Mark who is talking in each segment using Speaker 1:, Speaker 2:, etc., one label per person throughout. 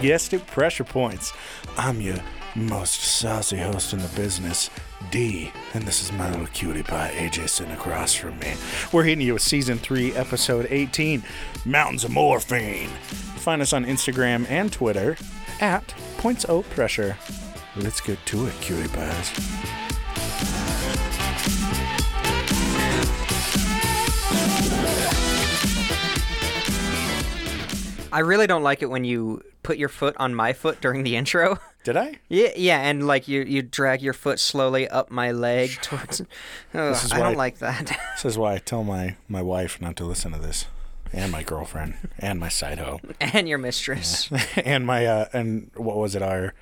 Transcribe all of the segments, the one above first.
Speaker 1: guessed it, pressure points. I'm your most saucy host in the business, D, and this is my little cutie pie, AJ, sitting across from me. We're hitting you with season three, episode 18 Mountains of Morphine. Find us on Instagram and Twitter at Points O Pressure. Let's get to it, cutie pies.
Speaker 2: I really don't like it when you put your foot on my foot during the intro.
Speaker 1: Did I?
Speaker 2: yeah, yeah, and like you, you drag your foot slowly up my leg towards. Ugh,
Speaker 1: is
Speaker 2: I don't
Speaker 1: why-
Speaker 2: like that.
Speaker 1: This is why I tell my, my wife not to listen to this, and my girlfriend, and my side hoe.
Speaker 2: and your mistress.
Speaker 1: and my uh and what was it our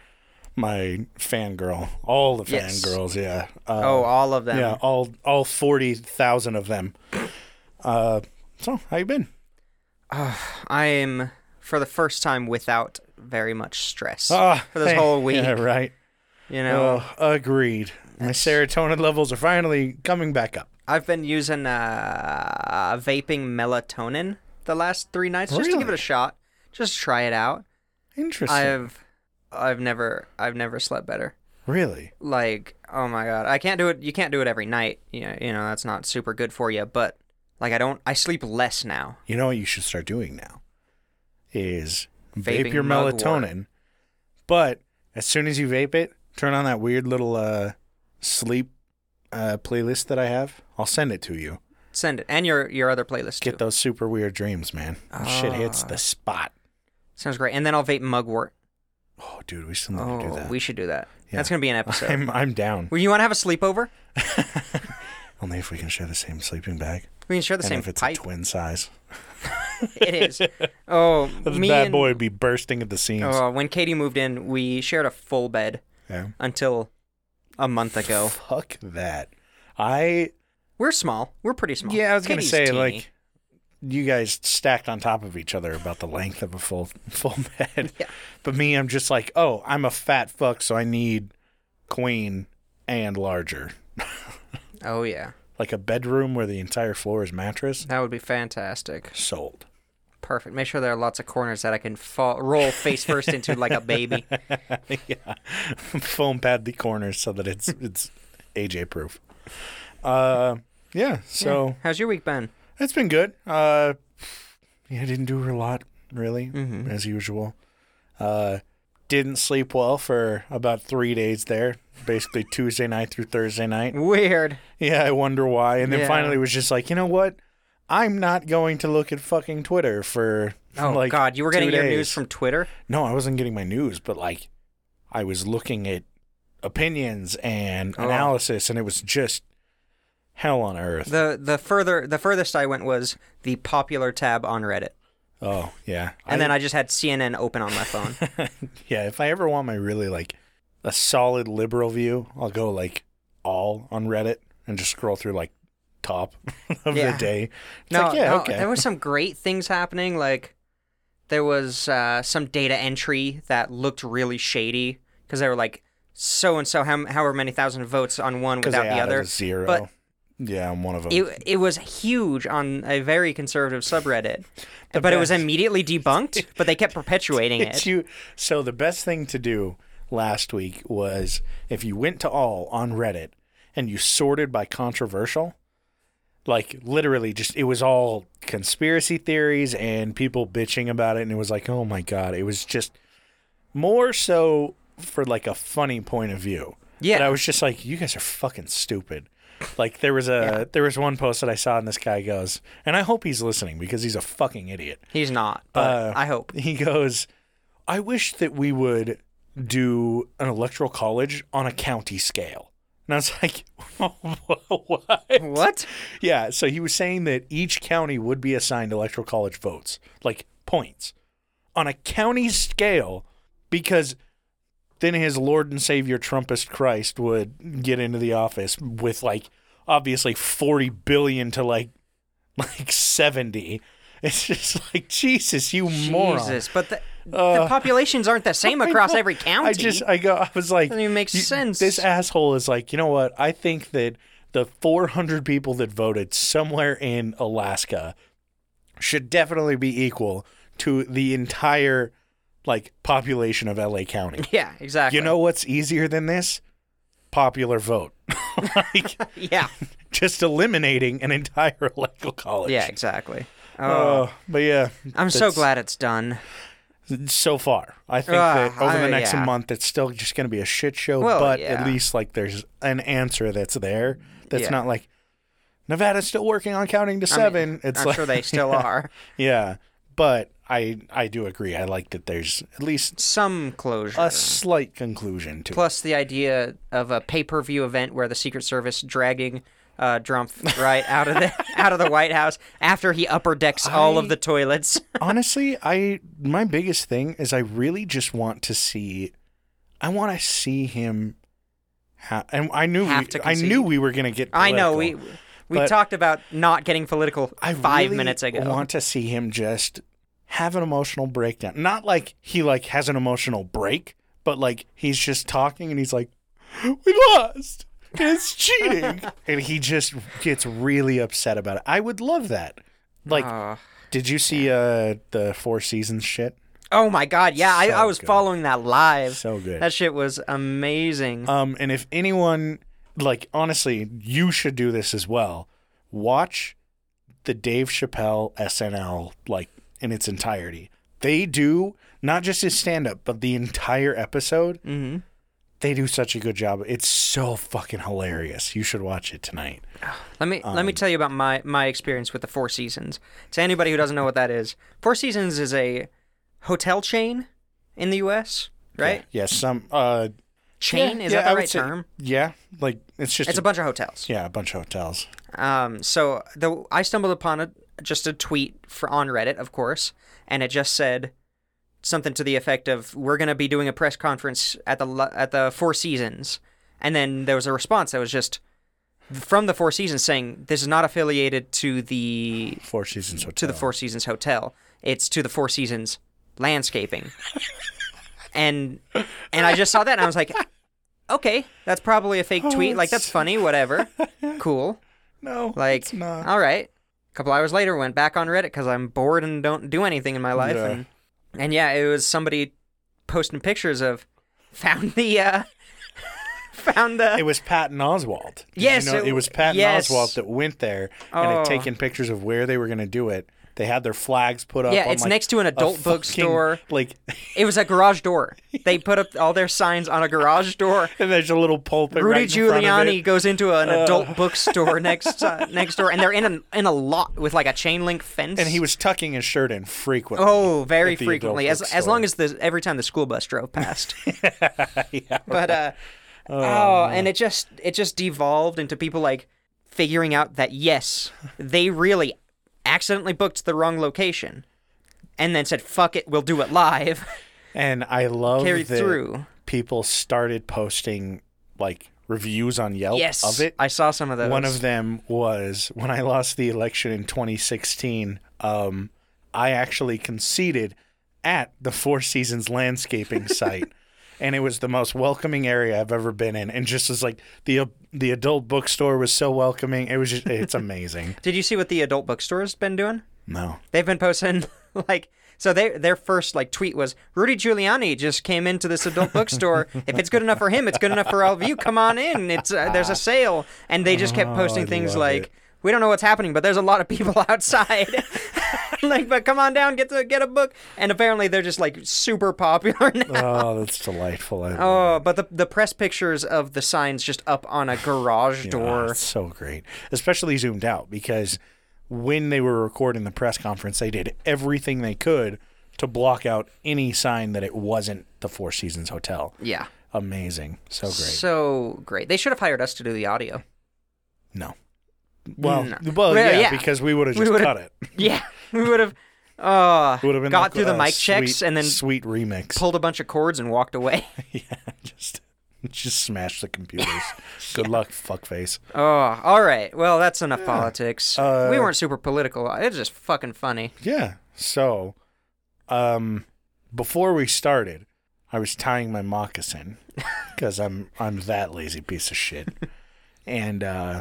Speaker 1: my fangirl all the
Speaker 2: Yes.
Speaker 1: fangirls yeah uh,
Speaker 2: oh, all of them.
Speaker 1: yeah all all 40,000 of them uh so how you been
Speaker 2: I am for the first time without very much stress
Speaker 1: Ah,
Speaker 2: for this
Speaker 1: hey,
Speaker 2: whole week.
Speaker 1: yeah right
Speaker 2: You know,
Speaker 1: oh agreed my serotonin levels are finally coming back up
Speaker 2: I've been using uh, vaping melatonin the last three nights just to give
Speaker 1: Really?
Speaker 2: it a shot, just try it out.
Speaker 1: interesting
Speaker 2: I've, I've never, I've never slept better.
Speaker 1: really
Speaker 2: like oh my god i can't do it you can't do it every night you know, you know that's not super good for you but like i don't i sleep less now
Speaker 1: you know what you should start doing now is
Speaker 2: Vaping
Speaker 1: vape your
Speaker 2: mug wart.
Speaker 1: melatonin but as soon as you vape it turn on that weird little uh sleep uh playlist that i have i'll send it to you
Speaker 2: send it and your your other playlist
Speaker 1: get
Speaker 2: too
Speaker 1: those super weird dreams man shit hits
Speaker 2: Ah.
Speaker 1: the spot
Speaker 2: sounds great and then i'll vape mugwort
Speaker 1: oh dude we still need to do
Speaker 2: oh
Speaker 1: that
Speaker 2: we should do that
Speaker 1: Yeah.
Speaker 2: that's gonna be an episode
Speaker 1: i'm i'm down
Speaker 2: well you want to have a sleepover
Speaker 1: only if we can share the same sleeping bag
Speaker 2: we can share the
Speaker 1: and
Speaker 2: same
Speaker 1: if it's
Speaker 2: pipe
Speaker 1: a twin size
Speaker 2: it is oh
Speaker 1: this
Speaker 2: me
Speaker 1: bad
Speaker 2: and,
Speaker 1: boy would be bursting at the seams
Speaker 2: oh, when katie moved in we shared a full bed
Speaker 1: yeah
Speaker 2: until a month ago
Speaker 1: fuck that i
Speaker 2: we're small we're pretty small
Speaker 1: Yeah, I was
Speaker 2: Katie's
Speaker 1: gonna say
Speaker 2: teeny.
Speaker 1: like you guys stacked on top of each other about the length of a full full bed.
Speaker 2: Yeah.
Speaker 1: But me, I'm just like, oh, I'm a fat fuck, so I need queen and larger,
Speaker 2: oh yeah
Speaker 1: like a bedroom where the entire floor is mattress.
Speaker 2: that would be fantastic
Speaker 1: Sold.
Speaker 2: Perfect. Make sure there are lots of corners that I can fall, roll face first into like a baby.
Speaker 1: yeah, foam pad the corners so that it's it's AJ proof. Uh, yeah. So
Speaker 2: How's your week been?
Speaker 1: It's been good. Uh, yeah, I didn't do a lot, really,
Speaker 2: Mm-hmm.
Speaker 1: as usual. Uh, didn't sleep well for about three days there, basically Tuesday night through Thursday night.
Speaker 2: Weird.
Speaker 1: Yeah, I wonder why. And then
Speaker 2: Yeah.
Speaker 1: finally was just like, you know what? I'm not going to look at fucking Twitter for
Speaker 2: Oh
Speaker 1: like
Speaker 2: God, you were getting
Speaker 1: two
Speaker 2: your news
Speaker 1: days.
Speaker 2: from Twitter.
Speaker 1: No, I wasn't getting my news, but like I was looking at opinions and
Speaker 2: Oh.
Speaker 1: analysis, and it was just hell on earth.
Speaker 2: The the further the furthest I went was the popular tab on Reddit,
Speaker 1: oh yeah,
Speaker 2: and then I just had CNN open on my phone.
Speaker 1: yeah, if I ever want my really like a solid liberal view, I'll go like all on Reddit and just scroll through like top of
Speaker 2: Yeah.
Speaker 1: the day. It's
Speaker 2: no,
Speaker 1: like, yeah,
Speaker 2: no,
Speaker 1: okay.
Speaker 2: there were some great things happening. Like there was uh, some data entry that looked really shady because they were like so and so how however many thousand votes on one
Speaker 1: 'Cause
Speaker 2: without
Speaker 1: they
Speaker 2: the
Speaker 1: added
Speaker 2: other
Speaker 1: a zero.
Speaker 2: but
Speaker 1: yeah, I'm one of them.
Speaker 2: it, it was huge on a very conservative subreddit,
Speaker 1: The
Speaker 2: but it was
Speaker 1: best.
Speaker 2: immediately debunked. But they kept perpetuating
Speaker 1: It's
Speaker 2: it.
Speaker 1: you. So the best thing to do last week was if you went to all on Reddit and you sorted by controversial, like literally just it was all conspiracy theories and people bitching about it, and it was like, oh my god, it was just more so for like a funny point of view.
Speaker 2: Yeah.
Speaker 1: But I was just like, you guys are fucking stupid. Like there was a there was one post that I saw and this guy goes, and I hope he's listening because he's a fucking idiot
Speaker 2: He's not,
Speaker 1: Uh,
Speaker 2: but I hope.
Speaker 1: he goes, I wish that we would do an electoral college on a county scale. And I was like, what?
Speaker 2: What?
Speaker 1: Yeah. So he was saying that each county would be assigned electoral college votes, like points, on a county scale, because then his Lord and Savior Trumpist Christ would get into the office with like obviously 40 billion to like like 70. It's just like Jesus, you moron.
Speaker 2: Jesus! But the, the
Speaker 1: Uh,
Speaker 2: populations aren't the same
Speaker 1: I
Speaker 2: across
Speaker 1: know.
Speaker 2: every county.
Speaker 1: I just, I go, I was like,
Speaker 2: Doesn't even make
Speaker 1: you-
Speaker 2: sense.
Speaker 1: This asshole is like, you know what? I think that the 400 people that voted somewhere in Alaska should definitely be equal to the entire like population of LA County.
Speaker 2: Yeah, exactly.
Speaker 1: You know what's easier than this? Popular vote. like
Speaker 2: Yeah.
Speaker 1: just eliminating an entire electoral college.
Speaker 2: Yeah, exactly. Oh,
Speaker 1: Oh, but yeah,
Speaker 2: I'm so
Speaker 1: that's-
Speaker 2: glad it's done.
Speaker 1: So far, I think
Speaker 2: Ah,
Speaker 1: that over
Speaker 2: I-
Speaker 1: the next
Speaker 2: yeah.
Speaker 1: month, it's still just going to be a shit show.
Speaker 2: Well,
Speaker 1: but
Speaker 2: yeah.
Speaker 1: at least like there's an answer that's there. That's
Speaker 2: Yeah.
Speaker 1: not like Nevada's still working on counting to seven. it's
Speaker 2: I'm
Speaker 1: like
Speaker 2: sure they still are.
Speaker 1: yeah, but I I do agree. I like that there's at least
Speaker 2: Some closure.
Speaker 1: a slight conclusion to
Speaker 2: Plus the idea of a pay-per-view event where the Secret Service dragging uh, Trump right out of the out of the White House after he upper decks all
Speaker 1: I-
Speaker 2: of the toilets.
Speaker 1: it. Honestly, I my biggest thing is I really just want to see. I want to see him. Ha- and I knew
Speaker 2: Have
Speaker 1: we,
Speaker 2: to
Speaker 1: I knew
Speaker 2: concede.
Speaker 1: we were going to get.
Speaker 2: I know
Speaker 1: political.
Speaker 2: we we
Speaker 1: But-
Speaker 2: talked about not getting political
Speaker 1: I
Speaker 2: five
Speaker 1: really
Speaker 2: minutes ago.
Speaker 1: want to see him just have an emotional breakdown. Not like he like has an emotional break, but like he's just talking and he's like, "We lost. It's cheating," and he just gets really upset about it. I would love that. Like,
Speaker 2: Oh.
Speaker 1: did you see uh the Four Seasons shit?
Speaker 2: Oh my God! Yeah, I,
Speaker 1: So
Speaker 2: I was
Speaker 1: good.
Speaker 2: following that live.
Speaker 1: So good.
Speaker 2: That shit was amazing.
Speaker 1: Um, and if anyone, like, honestly, you should do this as well. Watch the Dave Chappelle SNL, like, in its entirety. They do not just his stand up, but the entire episode.
Speaker 2: mm-hmm.
Speaker 1: They do such a good job. It's so fucking hilarious. You should watch it tonight.
Speaker 2: Let me
Speaker 1: um,
Speaker 2: let me tell you about my my experience with the Four Seasons. To anybody who doesn't know what that is, Four Seasons is a hotel chain in the U.S. Right?
Speaker 1: Yeah, some uh
Speaker 2: Chain
Speaker 1: yeah,
Speaker 2: is
Speaker 1: yeah,
Speaker 2: that the
Speaker 1: I would
Speaker 2: right
Speaker 1: say-
Speaker 2: term?
Speaker 1: Yeah, like it's just
Speaker 2: It's a bunch of hotels.
Speaker 1: yeah, a bunch of hotels.
Speaker 2: Um, so the I stumbled upon a just a tweet for, on Reddit, of course, and it just said something to the effect of "We're gonna be doing a press conference at the lo- at the Four Seasons," and then there was a response that was just from the Four Seasons saying this is not affiliated to the
Speaker 1: Four Seasons Hotel.
Speaker 2: to the Four Seasons Hotel. It's to the Four Seasons landscaping. and and I just saw that and I was like, okay, that's probably a fake tweet. Like that's funny, whatever. Cool.
Speaker 1: No,
Speaker 2: Like
Speaker 1: it's not.
Speaker 2: all right. A couple hours later went back on Reddit cuz I'm bored and don't do anything in my life
Speaker 1: Yeah.
Speaker 2: and and yeah, it was somebody posting pictures of found the uh found the
Speaker 1: It was Patton Oswald. Did you
Speaker 2: Yes,
Speaker 1: know-
Speaker 2: it-
Speaker 1: it, was Patton
Speaker 2: yes.
Speaker 1: Oswald that went there and
Speaker 2: Oh.
Speaker 1: had taken pictures of where they were going to do it. They had their flags put up.
Speaker 2: Yeah,
Speaker 1: on,
Speaker 2: it's
Speaker 1: like,
Speaker 2: next to an
Speaker 1: a
Speaker 2: adult
Speaker 1: fucking-
Speaker 2: bookstore.
Speaker 1: Like,
Speaker 2: It was a garage door. They put up all their signs on a garage door
Speaker 1: and there's a little pulpit.
Speaker 2: Rudy
Speaker 1: right in Front of
Speaker 2: Giuliani
Speaker 1: it. Uh.
Speaker 2: goes into an adult bookstore next uh, next door, and they're in a in a lot with like a chain link fence.
Speaker 1: And he was tucking his shirt in frequently.
Speaker 2: oh, very
Speaker 1: at the adult
Speaker 2: frequently, as as
Speaker 1: bookstore.
Speaker 2: long as the every time the school bus drove past. but uh, oh, and it just it just devolved into people like figuring out that yes, they really accidentally booked the wrong location, and then said fuck it, we'll do it live.
Speaker 1: And I love
Speaker 2: Carried
Speaker 1: that
Speaker 2: through.
Speaker 1: people started posting, like, reviews on Yelp
Speaker 2: Yes,
Speaker 1: of it.
Speaker 2: I saw some of those.
Speaker 1: One of them was when I lost the election in 2016. Um, I actually conceded at the Four Seasons landscaping site, and it was the most welcoming area I've ever been in. And just as like the uh, the adult bookstore was so welcoming, it was just it's amazing.
Speaker 2: Did you see what the adult bookstore's been doing?
Speaker 1: No,
Speaker 2: They've been posting like so they their first like tweet was Rudy Giuliani just came into this adult bookstore. if it's good enough for him, it's good enough for all of you. Come on in. It's uh, there's a sale and they just kept
Speaker 1: Oh,
Speaker 2: posting
Speaker 1: I
Speaker 2: things
Speaker 1: love
Speaker 2: like
Speaker 1: it.
Speaker 2: we don't know what's happening, but there's a lot of people outside. like but come on down, get to get a book. And apparently they're just like super popular now.
Speaker 1: oh, that's delightful. I love
Speaker 2: Oh, but the the press pictures of the signs just up on a garage
Speaker 1: it. Oh,
Speaker 2: door.
Speaker 1: it's so great, especially zoomed out because when they were recording the press conference, they did everything they could to block out any sign that it wasn't the Four Seasons Hotel.
Speaker 2: Yeah.
Speaker 1: Amazing. So great.
Speaker 2: So great. They should have hired us to do the audio.
Speaker 1: No. Well,
Speaker 2: No.
Speaker 1: well,
Speaker 2: Well,
Speaker 1: yeah,
Speaker 2: yeah.
Speaker 1: because we would have
Speaker 2: We
Speaker 1: just
Speaker 2: would've-
Speaker 1: cut it.
Speaker 2: Yeah, we would have. Uh,
Speaker 1: Would have been
Speaker 2: got
Speaker 1: like,
Speaker 2: through the
Speaker 1: uh,
Speaker 2: mic checks
Speaker 1: sweet-
Speaker 2: and then
Speaker 1: sweet remix.
Speaker 2: pulled a bunch of cords and walked away.
Speaker 1: yeah, just just smash the computers. Good luck, fuckface.
Speaker 2: Oh, all right. Well, that's enough politics.
Speaker 1: Uh,
Speaker 2: we weren't super political. It was just fucking funny.
Speaker 1: Yeah. So, um, before we started, I was tying my moccasin because I'm I'm that lazy piece of shit, and uh,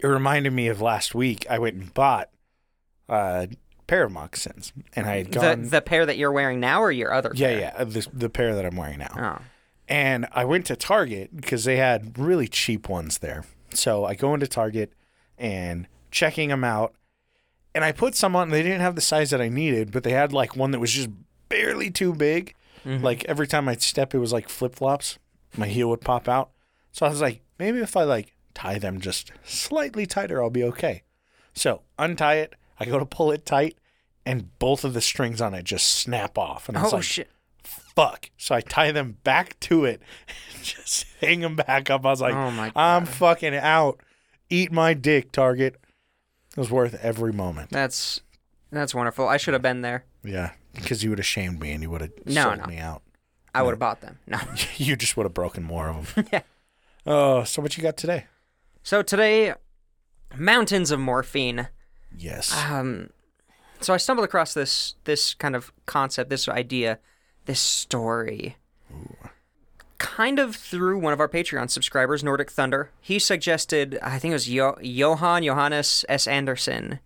Speaker 1: it reminded me of last week. I went and bought uh, pair of moccasins, and I had
Speaker 2: The
Speaker 1: gone.
Speaker 2: the pair that you're wearing now or your other
Speaker 1: yeah,
Speaker 2: pair?
Speaker 1: yeah, the, the pair that I'm wearing now.
Speaker 2: Oh.
Speaker 1: And I went to Target because they had really cheap ones there. So I go into Target and checking them out. And I put some on, they didn't have the size that I needed, but they had like one that was just barely too big. Like every time I'd step, it was like flip flops. My heel would pop out. So I was like, maybe if I like tie them just slightly tighter, I'll be okay. So untie it. I go to pull it tight, and both of the strings on it just snap off. And I
Speaker 2: Oh
Speaker 1: was like,
Speaker 2: shit.
Speaker 1: fuck. So I tie them back to it and just hang them back up. I was like,
Speaker 2: Oh my
Speaker 1: I'm fucking out. Eat my dick, Target. It was worth every moment.
Speaker 2: That's that's wonderful. I should have been there.
Speaker 1: Yeah. Because you would have shamed me and you would have
Speaker 2: No,
Speaker 1: sold
Speaker 2: no.
Speaker 1: me out.
Speaker 2: I would have bought them. No.
Speaker 1: you just would have broken more of them.
Speaker 2: Yeah.
Speaker 1: Oh, so what you got today?
Speaker 2: So today, mountains of morphine.
Speaker 1: Yes.
Speaker 2: Um, so I stumbled across this this kind of concept, this idea, this story. Kind of through one of our Patreon subscribers, Nordic Thunder. He suggested, I think it was jo- Johan Johannes S. Andersen,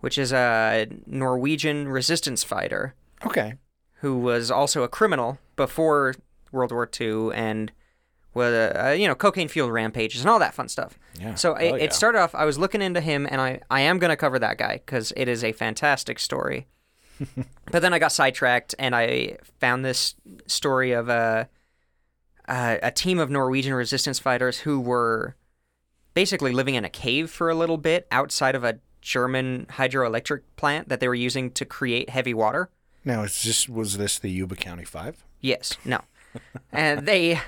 Speaker 2: which is a Norwegian resistance fighter
Speaker 1: okay.
Speaker 2: who was also a criminal before World War II and was, uh, you know, cocaine fueled rampages and all that fun stuff.
Speaker 1: Yeah.
Speaker 2: So it,
Speaker 1: Hell yeah.
Speaker 2: it started off, I was looking into him and I, I am going to cover that guy because it is a fantastic story. but then I got sidetracked and I found this story of a, a, a team of Norwegian resistance fighters who were basically living in a cave for a little bit outside of a German hydroelectric plant that they were using to create heavy water.
Speaker 1: Now, is this, was this the Yuba County 5?
Speaker 2: Yes. No. and they.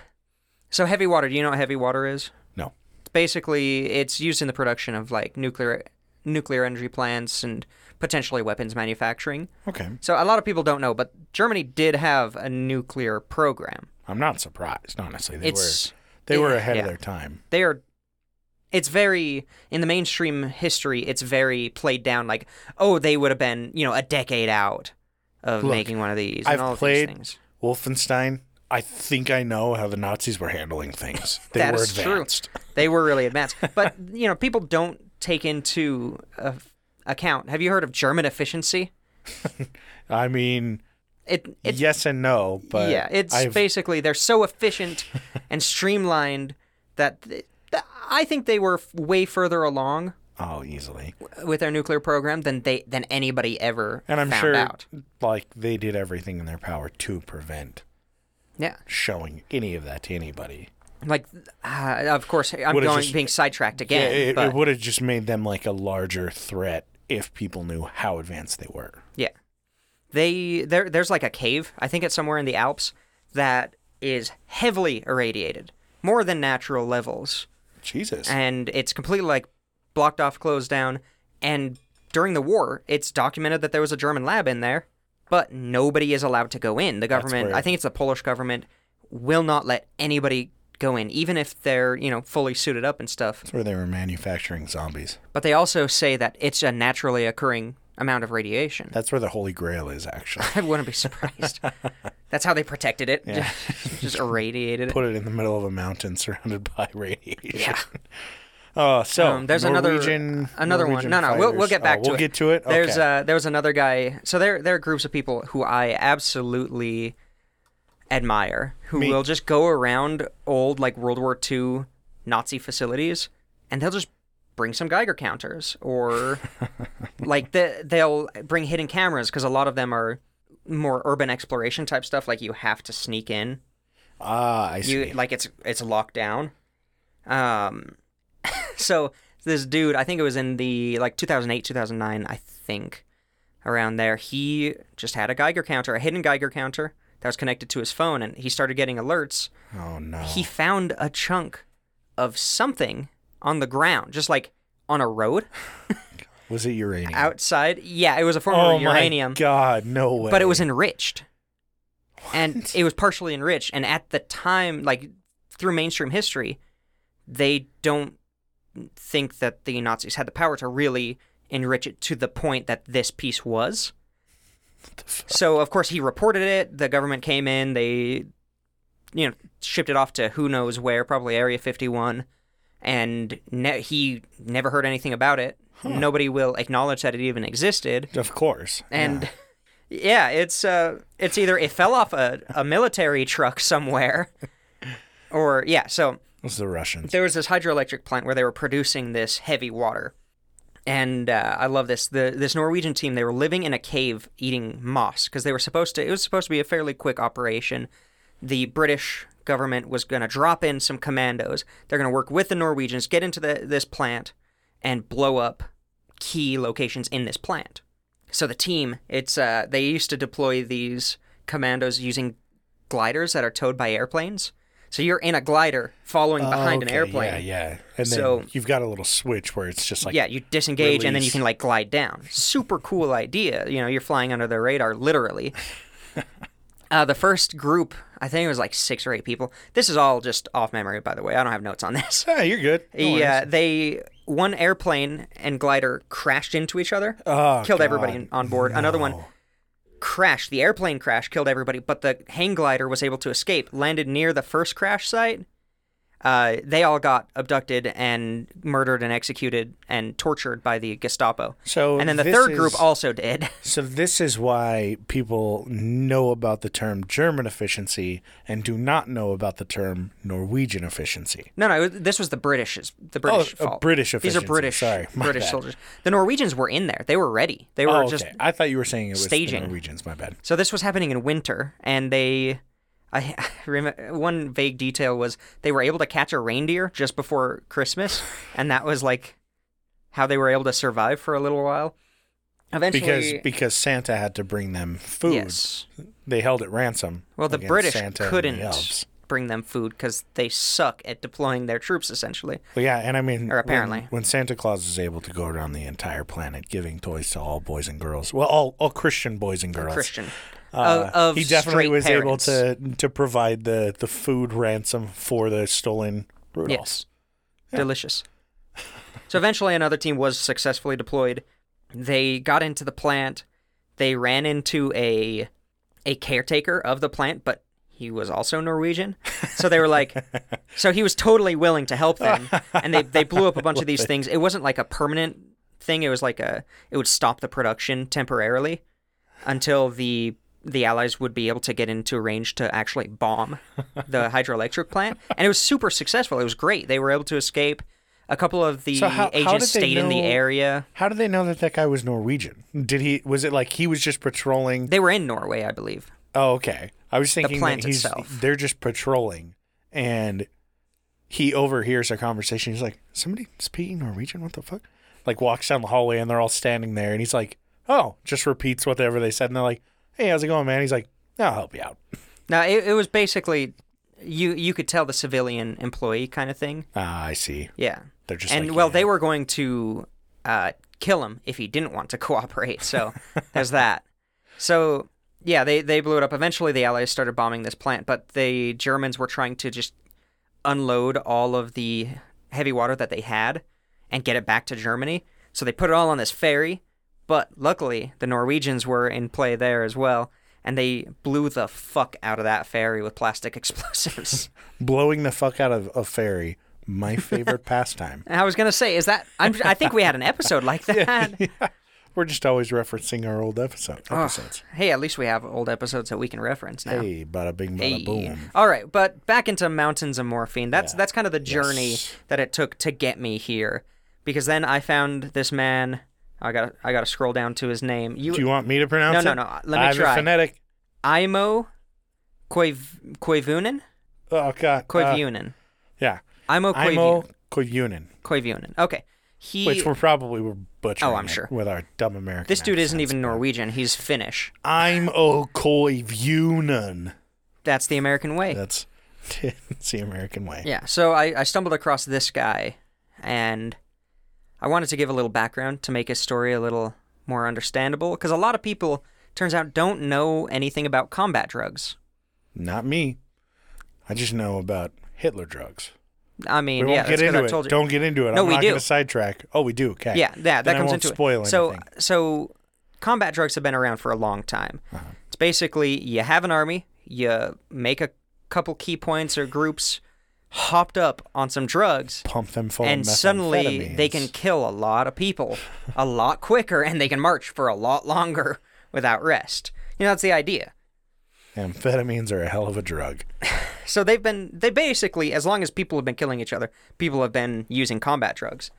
Speaker 2: So heavy water. Do you know what heavy water is?
Speaker 1: No.
Speaker 2: Basically, it's used in the production of like nuclear nuclear energy plants and potentially weapons manufacturing.
Speaker 1: Okay.
Speaker 2: So a lot of people don't know, but Germany did have a nuclear program.
Speaker 1: I'm not surprised, honestly. They
Speaker 2: it's
Speaker 1: were they were
Speaker 2: yeah,
Speaker 1: ahead of
Speaker 2: yeah.
Speaker 1: their time.
Speaker 2: they are it's very in the mainstream history it's very played down like oh they would have been you know a decade out of
Speaker 1: Look,
Speaker 2: making one of these
Speaker 1: I've
Speaker 2: and all of
Speaker 1: played
Speaker 2: these things
Speaker 1: Wolfenstein, I think I know how the Nazis were handling things. They
Speaker 2: That
Speaker 1: were
Speaker 2: is true.
Speaker 1: advanced.
Speaker 2: They were really advanced, but you know, people don't take into uh, account. Have you heard of German efficiency?
Speaker 1: I mean,
Speaker 2: It, it
Speaker 1: yes and no, but
Speaker 2: yeah, it's
Speaker 1: I've-
Speaker 2: basically they're so efficient and streamlined that th- th- I think they were f- way further along
Speaker 1: oh, easily.
Speaker 2: with their nuclear program than they than anybody ever
Speaker 1: And I'm
Speaker 2: found
Speaker 1: sure
Speaker 2: out.
Speaker 1: like they did everything in their power to prevent
Speaker 2: Yeah,
Speaker 1: showing any of that to anybody.
Speaker 2: like uh, of course I'm
Speaker 1: Would've
Speaker 2: going
Speaker 1: just-
Speaker 2: being sidetracked again.
Speaker 1: it
Speaker 2: but-
Speaker 1: it would have just made them like a larger threat if people knew how advanced they were.
Speaker 2: Yeah. They there there's like a cave, I think it's somewhere in the Alps that is heavily irradiated, more than natural levels,
Speaker 1: Jesus.
Speaker 2: and it's completely like blocked off, closed down, and during the war, it's documented that there was a German lab in there, but nobody is allowed to go in. The government,
Speaker 1: weird.
Speaker 2: I think it's the Polish government, will not let anybody go in even if they're, you know, fully suited up and stuff.
Speaker 1: That's where they were manufacturing zombies.
Speaker 2: But they also say that it's a naturally occurring amount of radiation.
Speaker 1: That's where the Holy Grail is actually.
Speaker 2: I wouldn't be surprised. That's how they protected it. Just irradiated it.
Speaker 1: Put it in the middle of a mountain surrounded by radiation.
Speaker 2: Yeah.
Speaker 1: Oh, so
Speaker 2: Um, there's
Speaker 1: Norwegian-
Speaker 2: another another
Speaker 1: Norwegian
Speaker 2: one. No, no, we'll, we'll
Speaker 1: fighters.
Speaker 2: get back
Speaker 1: Oh,
Speaker 2: to
Speaker 1: we'll
Speaker 2: it.
Speaker 1: get to it.
Speaker 2: There's
Speaker 1: okay.
Speaker 2: uh, there was another guy. So there there are groups of people who I absolutely admire who
Speaker 1: Me.
Speaker 2: will just go around old like World War II Nazi facilities and they'll just bring some Geiger counters or like the, they'll bring hidden cameras because a lot of them are more urban exploration type stuff like you have to sneak in
Speaker 1: Ah, I see.
Speaker 2: you like it's it's locked down um so this dude i think it was in the like 2008 2009 i think around there he just had a geiger counter a hidden geiger counter that was connected to his phone and he started getting alerts
Speaker 1: oh no.
Speaker 2: he found a chunk of something on the ground just like on a road
Speaker 1: was it uranium?
Speaker 2: outside yeah it was a form
Speaker 1: oh
Speaker 2: of uranium
Speaker 1: my god, no way.
Speaker 2: but it was enriched and it was partially enriched and at the time like through mainstream history they don't think that the nazis had the power to really enrich it to the point that this piece was so of course he reported it the government came in they you know shipped it off to who knows where probably area 51 and ne- he never heard anything about it Nobody will acknowledge that it even existed.
Speaker 1: Of course.
Speaker 2: And yeah, it's uh, it's either it fell off a, a military truck somewhere, or yeah. So
Speaker 1: It's the Russians.
Speaker 2: there was this hydroelectric plant where they were producing this heavy water, and uh, I love this. The this Norwegian team they were living in a cave eating moss because they were supposed to. It was supposed to be a fairly quick operation. The British government was going to drop in some commandos. They're going to work with the Norwegians, get into the, this plant, and blow up key locations in this plant. So the team, it's uh, they used to deploy these commandos using gliders that are towed by airplanes. So you're in a glider following behind an
Speaker 1: Okay,
Speaker 2: airplane.
Speaker 1: Yeah, yeah. And then
Speaker 2: So-
Speaker 1: you've got a little switch where it's just like
Speaker 2: yeah, you disengage and then you
Speaker 1: release.
Speaker 2: can like glide down. Super cool idea. You know, you're flying under the radar, literally. uh, the first group, I think it was like six or eight people. This is all just off memory, by the way. I don't have notes on this.
Speaker 1: "Ah, you're good. No worries."
Speaker 2: Yeah, they one airplane and glider crashed into each other,
Speaker 1: Oh,
Speaker 2: uh, killed
Speaker 1: God.
Speaker 2: everybody in- on board. Another one
Speaker 1: No.
Speaker 2: crashed. The airplane crash killed everybody, but the hang glider was able to escape. Landed near the first crash site. Uh, they all got abducted and murdered and executed and tortured by the Gestapo.
Speaker 1: So
Speaker 2: and then the
Speaker 1: this
Speaker 2: third
Speaker 1: is-
Speaker 2: group also did.
Speaker 1: So this is why people know about the term German efficiency and do not know about the term Norwegian efficiency.
Speaker 2: No, no, it was- this was the British's. The British
Speaker 1: uh,
Speaker 2: fault.
Speaker 1: British
Speaker 2: These are
Speaker 1: efficiency.
Speaker 2: British.
Speaker 1: Sorry, my
Speaker 2: British
Speaker 1: bad.
Speaker 2: soldiers. The Norwegians were in there. They were ready. They were
Speaker 1: oh,
Speaker 2: just
Speaker 1: okay. I thought you were saying it was
Speaker 2: staging.
Speaker 1: the Norwegians. My bad.
Speaker 2: So this was happening in winter, and they, I remember one vague detail was they were able to catch a reindeer just before Christmas, and that was like how they were able to survive for a little while. Eventually,
Speaker 1: Because because Santa had to bring them food.
Speaker 2: yes.
Speaker 1: They held it ransom.
Speaker 2: Well, the
Speaker 1: against
Speaker 2: British
Speaker 1: Santa and the
Speaker 2: couldn't
Speaker 1: elves.
Speaker 2: bring them food because they suck at deploying their troops. Essentially,
Speaker 1: Well, yeah, and I mean,
Speaker 2: Or apparently.
Speaker 1: when, when Santa Claus is able to go around the entire planet giving toys to all boys and girls, well, all, all Christian boys and girls,
Speaker 2: Christian.
Speaker 1: uh,
Speaker 2: of, of
Speaker 1: he definitely
Speaker 2: straight
Speaker 1: was
Speaker 2: parents.
Speaker 1: able to to provide the the food ransom for the stolen Rudolph.
Speaker 2: Yes. Delicious. so eventually, another team was successfully deployed. They got into the plant. They ran into a a caretaker of the plant, but he was also Norwegian. So they were like, so he was totally willing to help them, and they they blew up a bunch of these things. It wasn't like a permanent thing. It was like a it would stop the production temporarily until the the allies would be able to get into range to actually bomb the hydroelectric plant and it was super successful it was great they were able to escape a couple of the
Speaker 1: So how- how
Speaker 2: agents
Speaker 1: did they
Speaker 2: stayed in the
Speaker 1: know-
Speaker 2: area
Speaker 1: How did they know that that guy was Norwegian? Did he? Was it like he was just patrolling?
Speaker 2: they were in norway i believe
Speaker 1: Oh, okay. I was thinking
Speaker 2: plant
Speaker 1: that he's
Speaker 2: itself.
Speaker 1: they're just patrolling, and he overhears a conversation. He's like, "Somebody speaking Norwegian? What the fuck?" Like walks down the hallway, and they're all standing there, and he's like, "Oh," just repeats whatever they said, and they're like, "Hey, how's it going, man?" He's like, "I'll help you out."
Speaker 2: now it, it was basically you you could tell the civilian employee kind of thing
Speaker 1: Ah, I see.
Speaker 2: yeah
Speaker 1: They're just
Speaker 2: and
Speaker 1: like,
Speaker 2: well
Speaker 1: yeah.
Speaker 2: they were going to uh, kill him if he didn't want to cooperate so there's that so yeah they, they blew it up eventually the allies started bombing this plant but the germans were trying to just unload all of the heavy water that they had and get it back to germany so they put it all on this ferry but luckily the norwegians were in play there as well and they blew the fuck out of that ferry with plastic explosives
Speaker 1: blowing the fuck out of a ferry. My favorite pastime.
Speaker 2: And I was gonna say, is that? I'm, I think we had an episode like that.
Speaker 1: We're just always referencing our old episode episodes.
Speaker 2: Hey, at least we have old episodes that we can reference now.
Speaker 1: Hey, bada bing, bada
Speaker 2: Hey.
Speaker 1: boom.
Speaker 2: All right, but back into mountains of morphine. That's that's kind of the journey
Speaker 1: Yes.
Speaker 2: that it took to get me here, because then I found this man. I got I got to scroll down to his name. You,
Speaker 1: Do you want me to pronounce
Speaker 2: No,
Speaker 1: it?
Speaker 2: no, no. Let me
Speaker 1: I'm
Speaker 2: try.
Speaker 1: A phonetic.
Speaker 2: Imo Koiv, Koivunen
Speaker 1: Oh god. Uh,
Speaker 2: Koivunen.
Speaker 1: yeah.
Speaker 2: Imo
Speaker 1: Imo
Speaker 2: Koivu-
Speaker 1: Koivunen,
Speaker 2: Koivunen. Okay, he.
Speaker 1: which we're probably we're butchering.
Speaker 2: Oh, I'm
Speaker 1: it
Speaker 2: sure.
Speaker 1: With our dumb American.
Speaker 2: this dude isn't
Speaker 1: accents.
Speaker 2: even Norwegian. He's Finnish.
Speaker 1: I'm O Koivunen.
Speaker 2: That's the American way.
Speaker 1: That's it's the American way.
Speaker 2: Yeah, so I, I stumbled across this guy, and I wanted to give a little background to make his story a little more understandable, because a lot of people, turns out, don't know anything about combat drugs.
Speaker 1: Not me. I just know about Hitler drugs.
Speaker 2: I mean,
Speaker 1: We won't
Speaker 2: yeah,
Speaker 1: get
Speaker 2: that's 'cause
Speaker 1: into
Speaker 2: I
Speaker 1: it.
Speaker 2: told you.
Speaker 1: Don't get into it.
Speaker 2: No,
Speaker 1: I'm
Speaker 2: we
Speaker 1: not
Speaker 2: do.
Speaker 1: going to sidetrack. Oh, we do. Okay.
Speaker 2: Yeah, yeah, that
Speaker 1: Then I
Speaker 2: comes
Speaker 1: won't
Speaker 2: into
Speaker 1: spoil
Speaker 2: it. So,
Speaker 1: anything.
Speaker 2: so combat drugs have been around for a long time.
Speaker 1: Uh-huh.
Speaker 2: It's basically you have an army, you make a couple key points or groups, hopped up on some drugs
Speaker 1: Pump them full
Speaker 2: and
Speaker 1: of
Speaker 2: suddenly they
Speaker 1: methamphetamines.
Speaker 2: can kill a lot of people a lot quicker and they can march for a lot longer without rest. You know, that's the idea.
Speaker 1: Amphetamines are a hell of a drug.
Speaker 2: So they've been they basically as long as people have been killing each other, people have been using combat drugs.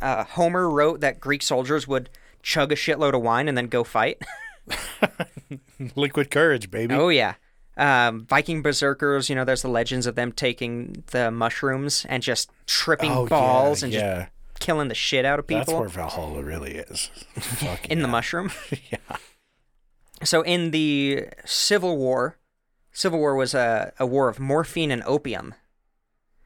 Speaker 2: Uh, Homer wrote that Greek soldiers would chug a shitload of wine and then go fight.
Speaker 1: Liquid courage, baby.
Speaker 2: oh yeah. Um, Viking berserkers, you know, there's the legends of them taking the mushrooms and just tripping
Speaker 1: Oh,
Speaker 2: balls
Speaker 1: yeah,
Speaker 2: and
Speaker 1: yeah.
Speaker 2: just killing the shit out of people.
Speaker 1: That's where Valhalla really is. Fuck
Speaker 2: in the
Speaker 1: yeah.
Speaker 2: mushroom.
Speaker 1: Yeah.
Speaker 2: So in the Civil War, Civil War was a, a war of morphine and opium.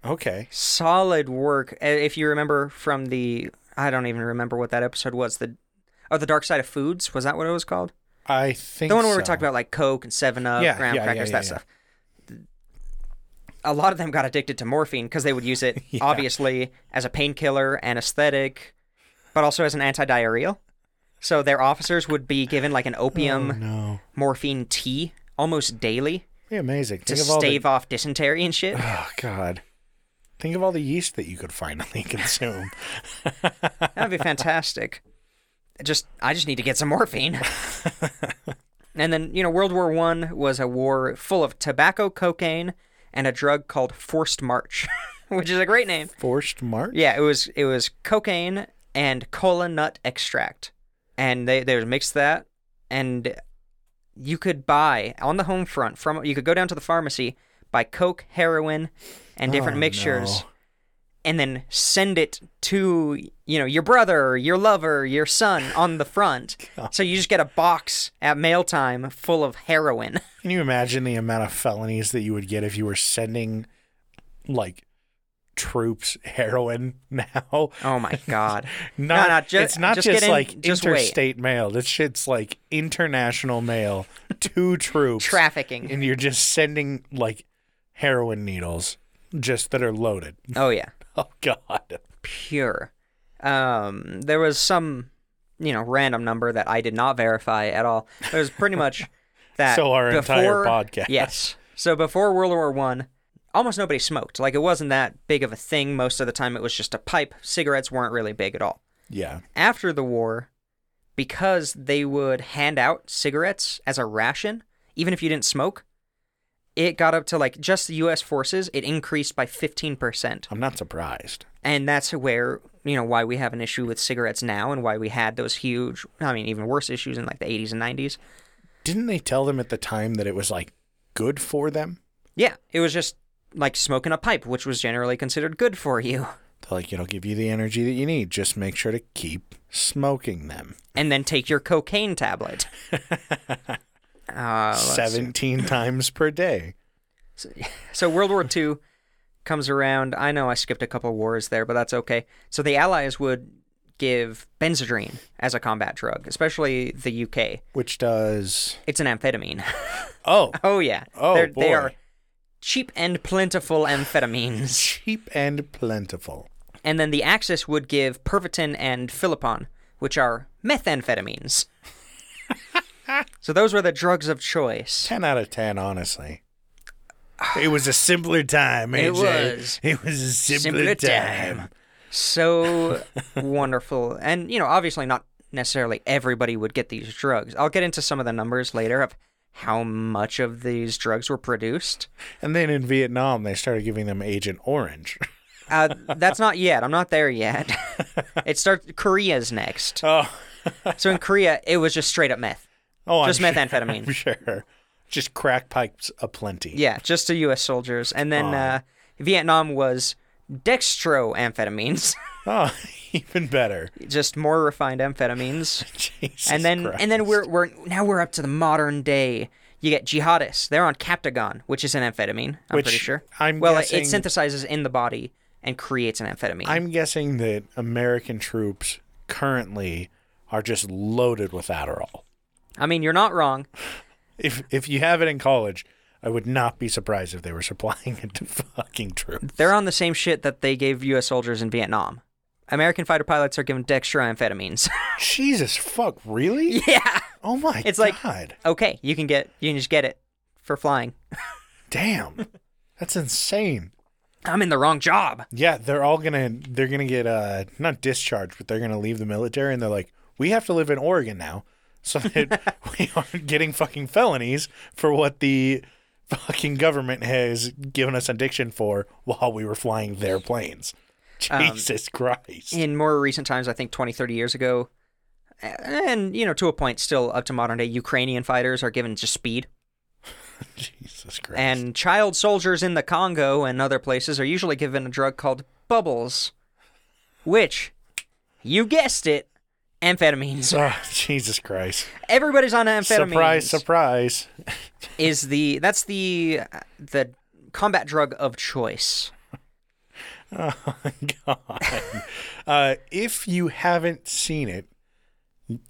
Speaker 1: Okay.
Speaker 2: Solid work. Uh, If you remember from the, I don't even remember what that episode was. The, oh, the Dark Side of Foods was that what it was called?
Speaker 1: I think
Speaker 2: The one where we
Speaker 1: so.
Speaker 2: talked about like Coke and Seven Up,
Speaker 1: Yeah,
Speaker 2: graham
Speaker 1: yeah, yeah,
Speaker 2: crackers,
Speaker 1: yeah,
Speaker 2: that
Speaker 1: yeah.
Speaker 2: stuff. A lot of them got addicted to morphine because they would use it
Speaker 1: Yeah.
Speaker 2: obviously as a painkiller, anesthetic, but also as an antidiarrheal. So their officers would be given like an opium
Speaker 1: Oh, no.
Speaker 2: morphine tea almost daily
Speaker 1: Be amazing.
Speaker 2: to
Speaker 1: Think of all the-
Speaker 2: stave off dysentery and shit.
Speaker 1: Oh God. Think of all the yeast that you could finally consume.
Speaker 2: That'd be fantastic. Just I just need to get some morphine. and then, you know, World War One was a war full of tobacco, cocaine, and a drug called forced march, which is a great name.
Speaker 1: Forced March?
Speaker 2: Yeah, it was it was cocaine and cola nut extract, and they they would mix that, and you could buy on the home front from you could go down to the pharmacy buy coke, heroin, and different
Speaker 1: Oh,
Speaker 2: mixtures,
Speaker 1: no.
Speaker 2: and then send it to you know your brother, your lover, your son on the front. so you just get a box at mail time full of heroin.
Speaker 1: Can you imagine the amount of felonies that you would get if you were sending like troops heroin now?
Speaker 2: Oh my god!
Speaker 1: Not,
Speaker 2: no, ju-
Speaker 1: it's not
Speaker 2: just
Speaker 1: just,
Speaker 2: get in-
Speaker 1: like
Speaker 2: just wait.
Speaker 1: interstate mail. This shit's like international mail to troops.
Speaker 2: Trafficking.
Speaker 1: and you're just sending like heroin needles just that are loaded.
Speaker 2: Oh yeah.
Speaker 1: Oh god.
Speaker 2: pure. Um, there was some, you know, random number that I did not verify at all. It was pretty much that.
Speaker 1: So our entire
Speaker 2: before-
Speaker 1: podcast.
Speaker 2: Yes. So before World War One, almost nobody smoked. Like it wasn't that big of a thing most of the time. It was just a pipe. Cigarettes weren't really big at all.
Speaker 1: Yeah.
Speaker 2: After the war, because they would hand out cigarettes as a ration, even if you didn't smoke. It got up to like just the U.S. forces. It increased by fifteen percent
Speaker 1: I'm not surprised.
Speaker 2: and that's where you know why we have an issue with cigarettes now and why we had those huge i mean even worse issues in like the 80s and 90s
Speaker 1: Didn't they tell them at the time that it was like good for them?
Speaker 2: yeah it was just like smoking a pipe which was generally considered good for you
Speaker 1: They're like, it'll give you the energy that you need. Just make sure to keep smoking them.
Speaker 2: and then take your cocaine tablet uh, let's-
Speaker 1: 17 times per day.
Speaker 2: so world war ii comes around i know i skipped a couple wars there but that's okay so the allies would give benzodrine as a combat drug especially the uk
Speaker 1: Which does.
Speaker 2: it's an amphetamine
Speaker 1: Oh,
Speaker 2: Oh yeah.
Speaker 1: Oh,
Speaker 2: They're, They
Speaker 1: boy.
Speaker 2: are cheap and plentiful amphetamines.
Speaker 1: cheap and plentiful.
Speaker 2: and then the Axis would give Pervitin and Philippon, which are methamphetamines. so those were the drugs of choice.
Speaker 1: 10 out of 10, honestly. It was a simpler time,
Speaker 2: It
Speaker 1: AJ.
Speaker 2: was.
Speaker 1: It was a simpler,
Speaker 2: Simpler
Speaker 1: time.
Speaker 2: time. So wonderful. And you know, obviously not necessarily everybody would get these drugs. I'll get into some of the numbers later of how much of these drugs were produced.
Speaker 1: And then in Vietnam, they started giving them Agent Orange.
Speaker 2: Uh, that's not yet. I'm not there yet. it starts Korea's next.
Speaker 1: Oh,
Speaker 2: So in Korea, it was just straight up meth.
Speaker 1: oh
Speaker 2: Just
Speaker 1: I'm
Speaker 2: methamphetamine.
Speaker 1: Sure, I'm sure. Just crack pipes aplenty.
Speaker 2: Yeah, just to U.S. soldiers. And then uh, Vietnam was dextroamphetamines,
Speaker 1: Oh, even better.
Speaker 2: just more refined amphetamines.
Speaker 1: Jesus
Speaker 2: and then
Speaker 1: Christ.
Speaker 2: and then we're we're now we're up to the modern day. You get jihadists. They're on Captagon, which is an amphetamine. I'm
Speaker 1: Which
Speaker 2: pretty sure.
Speaker 1: I'm
Speaker 2: well, it, it
Speaker 1: guessing-
Speaker 2: synthesizes in the body and creates an amphetamine.
Speaker 1: I'm guessing that American troops currently are just loaded with Adderall.
Speaker 2: I mean, you're not wrong.
Speaker 1: If if you have it in college, I would not be surprised if they were supplying it to fucking troops.
Speaker 2: They're on the same shit that they gave U.S. soldiers in Vietnam. American fighter pilots are given dextroamphetamines.
Speaker 1: Jesus fuck, really?
Speaker 2: yeah.
Speaker 1: Oh my
Speaker 2: It's like-
Speaker 1: god.
Speaker 2: Okay, you can get you can just get it for flying.
Speaker 1: Damn. That's insane.
Speaker 2: I'm in the wrong job.
Speaker 1: Yeah, they're all gonna they're gonna get uh not discharged, but they're gonna leave the military, and they're like, we have to live in Oregon now, so that we aren't getting fucking felonies for what the fucking government has given us addiction for while we were flying their planes.
Speaker 2: Um,
Speaker 1: Jesus Christ!
Speaker 2: In more recent times, I think 20, 30 years ago, and you know, to a point, still up to modern day, Ukrainian fighters are given just speed,
Speaker 1: Jesus Christ!
Speaker 2: and child soldiers in the Congo and other places are usually given a drug called bubbles, which, you guessed it, amphetamines.
Speaker 1: Oh, Jesus Christ!
Speaker 2: Everybody's on amphetamines.
Speaker 1: Surprise! Surprise!
Speaker 2: is the that's the the combat drug of choice.
Speaker 1: Oh God! uh, if you haven't seen it,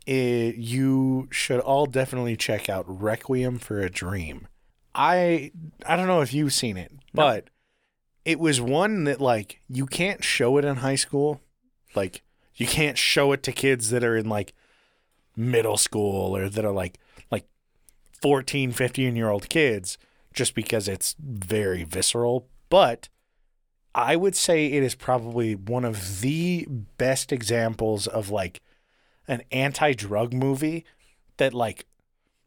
Speaker 1: it, you should all definitely check out "Requiem for a Dream." I I don't know if you've seen it, but it was one that like you can't show it in high school, like you can't show it to kids that are in like middle school or that are like like 14, 15 year old kids just because it's very visceral, but I would say it is probably one of the best examples of like an anti drug movie that like